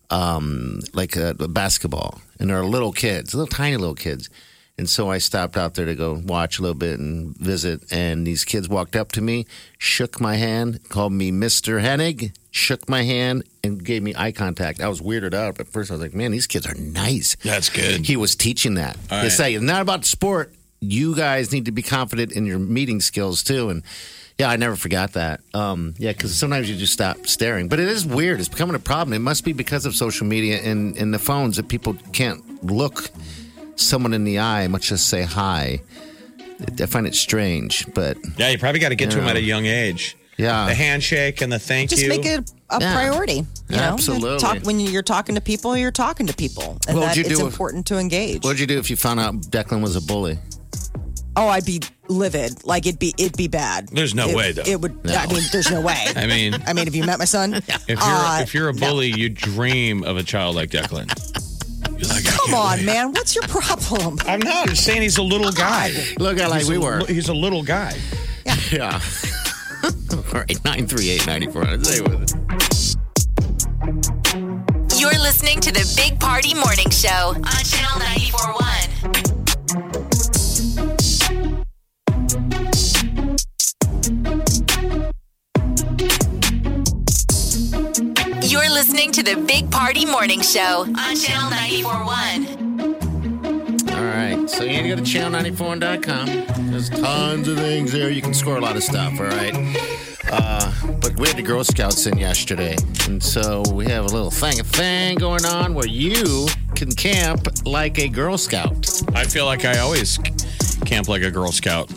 S4: um, like uh, basketball, and they're little kids, little tiny little kids. And so I stopped out there to go watch a little bit and visit. And these kids walked up to me, shook my hand, called me Mr. Hennig, shook my hand, and gave me eye contact. I was weirded out. At first, I was like, man, these kids are nice.
S5: that's good.
S4: He was teaching that.
S5: All
S4: They
S5: right.
S4: say it's not about sport. You guys need to be confident in your meeting skills too. And yeah, I never forgot that. Um, yeah, because sometimes you just stop staring. But it is weird. It's becoming a problem. It must be because of social media and, and the phones that people can't look someone in the eye, much less say hi. I find it strange, but
S5: Yeah, you probably got to get to him at a young age.
S4: yeah.
S5: The handshake and the thank
S6: Just
S5: you.
S6: make it a
S4: Yeah.
S6: priority. You know,
S4: Absolutely.
S6: Talk when you're talking to people. You're talking to people, and
S4: What would
S6: that
S4: you
S6: it's
S4: do if-
S6: important to engage.
S4: What'd you do if you found out Declan was a bully?
S6: Oh, I'd be livid. Like it'd be it'd be bad.
S5: There's no
S6: It-
S5: way, though.
S6: It would. I mean, there's no way.
S5: I mean,
S6: I mean, have you met my son?
S5: if you're
S6: Uh,
S5: if you're a bully, you dream of a child like Declan. You're like, "I
S6: Come
S5: can't
S6: on,
S5: wait."
S6: man. What's your problem?
S5: I'm not. I'm saying he's a little guy.
S4: Look at like
S5: He's
S4: we
S5: a-
S4: were.
S5: He's a little guy.
S4: Yeah. All right, 938 9400. Stay with us.
S3: You're listening to the Big Party Morning Show on Channel 941. You're listening to the Big Party Morning Show on Channel 941.
S4: All right. So you can go to channel94.com. There's tons of things there. You can score a lot of stuff. All right. Uh, but we had the Girl Scouts in yesterday. And so we have a little thing, a thing going on where you can camp like a Girl Scout.
S5: I feel like I always camp like a Girl Scout.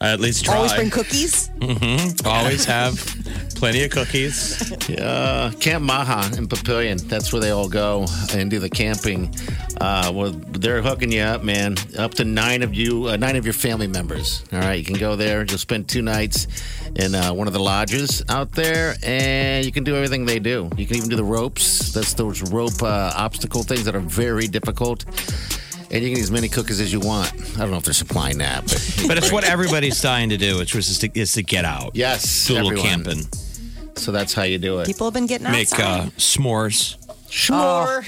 S5: I at least try. Mm-hmm.
S6: Always bring cookies.
S5: Always have plenty of cookies.
S4: Uh, camp Maha in Papillion. That's where they all go and do the camping. Uh, well, they're hooking you up, man. Up to nine of you, uh, nine of your family members. All right, you can go there. You'll spend two nights in uh, one of the lodges out there, and you can do everything they do. You can even do the ropes. That's those rope uh, obstacle things that are very difficult. And you can eat as many cookies as you want. I don't know if they're supplying that, but
S5: But it's what everybody's dying to do, which was is to, is to get out.
S4: yes,
S5: Do a little
S4: everyone.
S5: camping.
S4: So that's how you do it.
S6: People have been getting
S5: Make uh,
S6: outside.
S5: s'mores.
S6: S'more.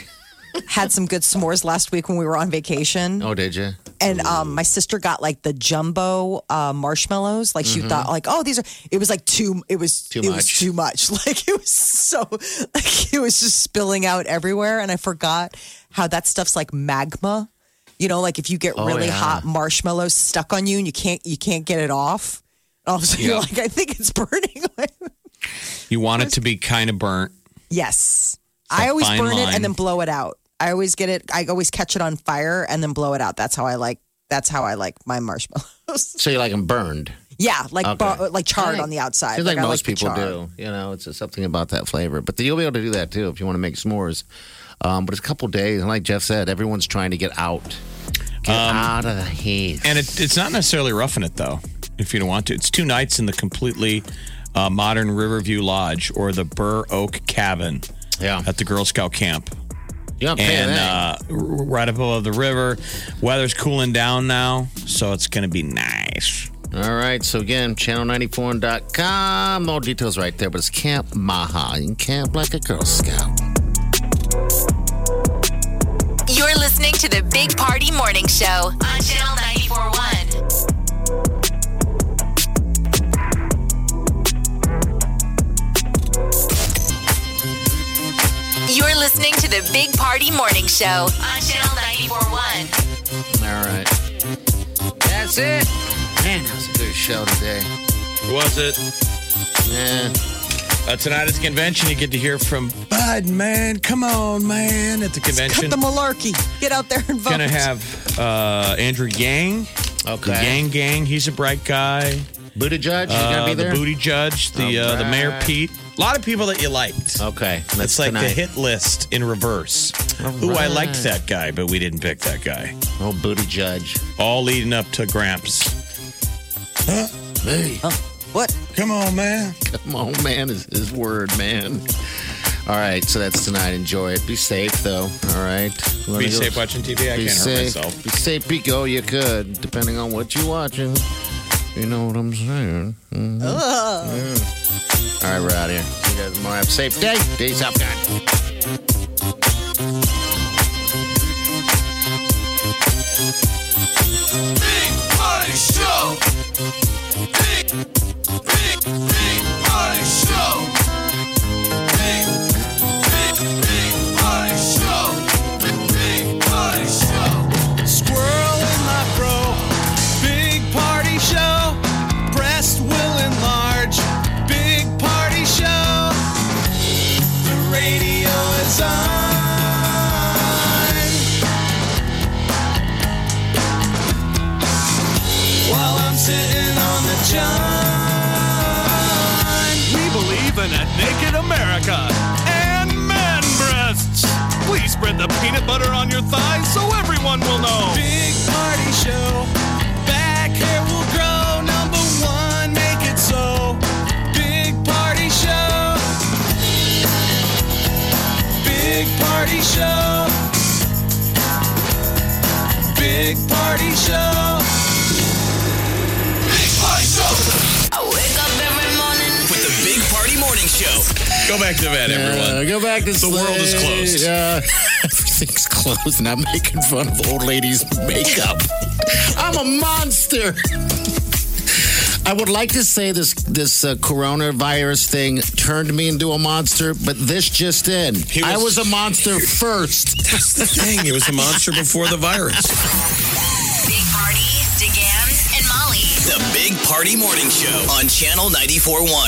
S6: Had some good s'mores last week when we were on vacation,
S4: oh, did you?
S6: and um, my sister got like the jumbo uh, marshmallows. Like she thought, like, oh, these are. It was like too. It was
S4: Mm-hmm. Too
S6: it was
S4: much.
S6: too much. Like it was so. Like it was just spilling out everywhere, and I forgot how that stuff's like magma. You know, like if you get really
S4: Oh, yeah.
S6: hot marshmallows stuck on you and you can't you can't get it off. All of a sudden, you're like, I think it's burning.
S5: You want it to be kind of burnt.
S6: Yes. I always
S5: fine
S6: burn it
S5: line.
S6: and then blow it out. I always get it. I always catch it on fire and then blow it out. That's how I like. That's how I like my marshmallows.
S4: So you like them burned.
S6: yeah, like bu-
S4: Okay.
S6: like charred
S4: Alright.
S6: on the outside.
S4: Seems like,
S6: I
S4: most
S6: the
S4: people
S6: char.
S4: do. You know, it's just something about that flavor. But you'll be able to do that too if you want to make s'mores. Um, but it's a couple days, and like Jeff said, everyone's trying to get out, get out of the heat.
S5: Um, And it, it's not necessarily roughing it though, if you don't want to. It's two nights in the completely uh, modern Riverview Lodge or the Burr Oak Cabin
S4: yeah,
S5: at the Girl Scout camp,
S4: you don't pay
S5: and
S4: anything.
S5: uh, r- right up above the river. Weather's cooling down now, so it's going to be nice.
S4: All right, so again, channel94.com. All details right there. But it's Camp Maha. You can camp like a Girl Scout.
S3: You're listening to the Big Party Morning Show on Channel 941. the Big Party Morning Show on Channel 941.
S4: All right. That's it. Man, that was a good show today.
S5: Was it?
S4: Yeah.
S5: Uh, tonight at the convention, you get to hear from Biden, man. Come on, man. At the convention,
S6: Cut the malarkey. Get out there and vote.
S5: going to have uh, Andrew Yang.
S4: Okay.
S5: The Yang Gang. He's a bright guy.
S4: Booty Judge, you
S5: Uh,
S4: gonna be
S5: the
S4: there?
S5: Booty Judge. The uh, the Mayor
S4: Alright.
S5: Pete. A lot of people that you liked.
S4: Okay, that's
S5: It's like the
S4: tonight.
S5: hit list in reverse. Ooh, I liked that guy, but we didn't pick that guy.
S4: Oh, Booty Judge.
S5: All leading up to Gramps.
S4: Hey,
S6: what?
S5: Come on, man.
S4: come on, man, is his word, man. All right, so that's tonight. Enjoy it. Be safe, though. All right. You wanna
S5: Be
S4: go-
S5: safe watching TV. I
S4: Be
S5: can't
S4: safe.
S5: hurt myself.
S4: Be safe, Pico. You could, depending on what you're watching. You know what I'm saying? Mhm. Yeah. All right, we're out of here. See you guys tomorrow. Have a safe day. Peace out, guys.
S2: Big Party Show. Big, big, big Party Show. Big, big, big Party Show. Big Party Show. Squirrel in my bro. Big Party Show. Breast will enlarge. Big Party Show. The radio is on. while I'm sitting on the john. We believe in a naked America and man breasts. Please spread the peanut butter on your thighs so everyone will know. Big party show. Back hair will grow. Number one, make it so. Big party show. Big party show. Big party show. Big Party Show.
S3: I wake up every morning.
S2: With the Big Party Morning Show.
S5: Go back to bed, everyone.
S4: Uh, go back to
S5: The world is closed.
S4: Yeah. Everything's closed, and I'm making fun of old ladies' makeup. I'm a monster. I would like to say this this uh, coronavirus thing turned me into a monster, but this just in. I was a monster first.
S11: That's the thing. It was a monster before the virus.
S3: Big Party, DeGan, and Molly.
S2: The Big Party Morning Show on Channel 94.1.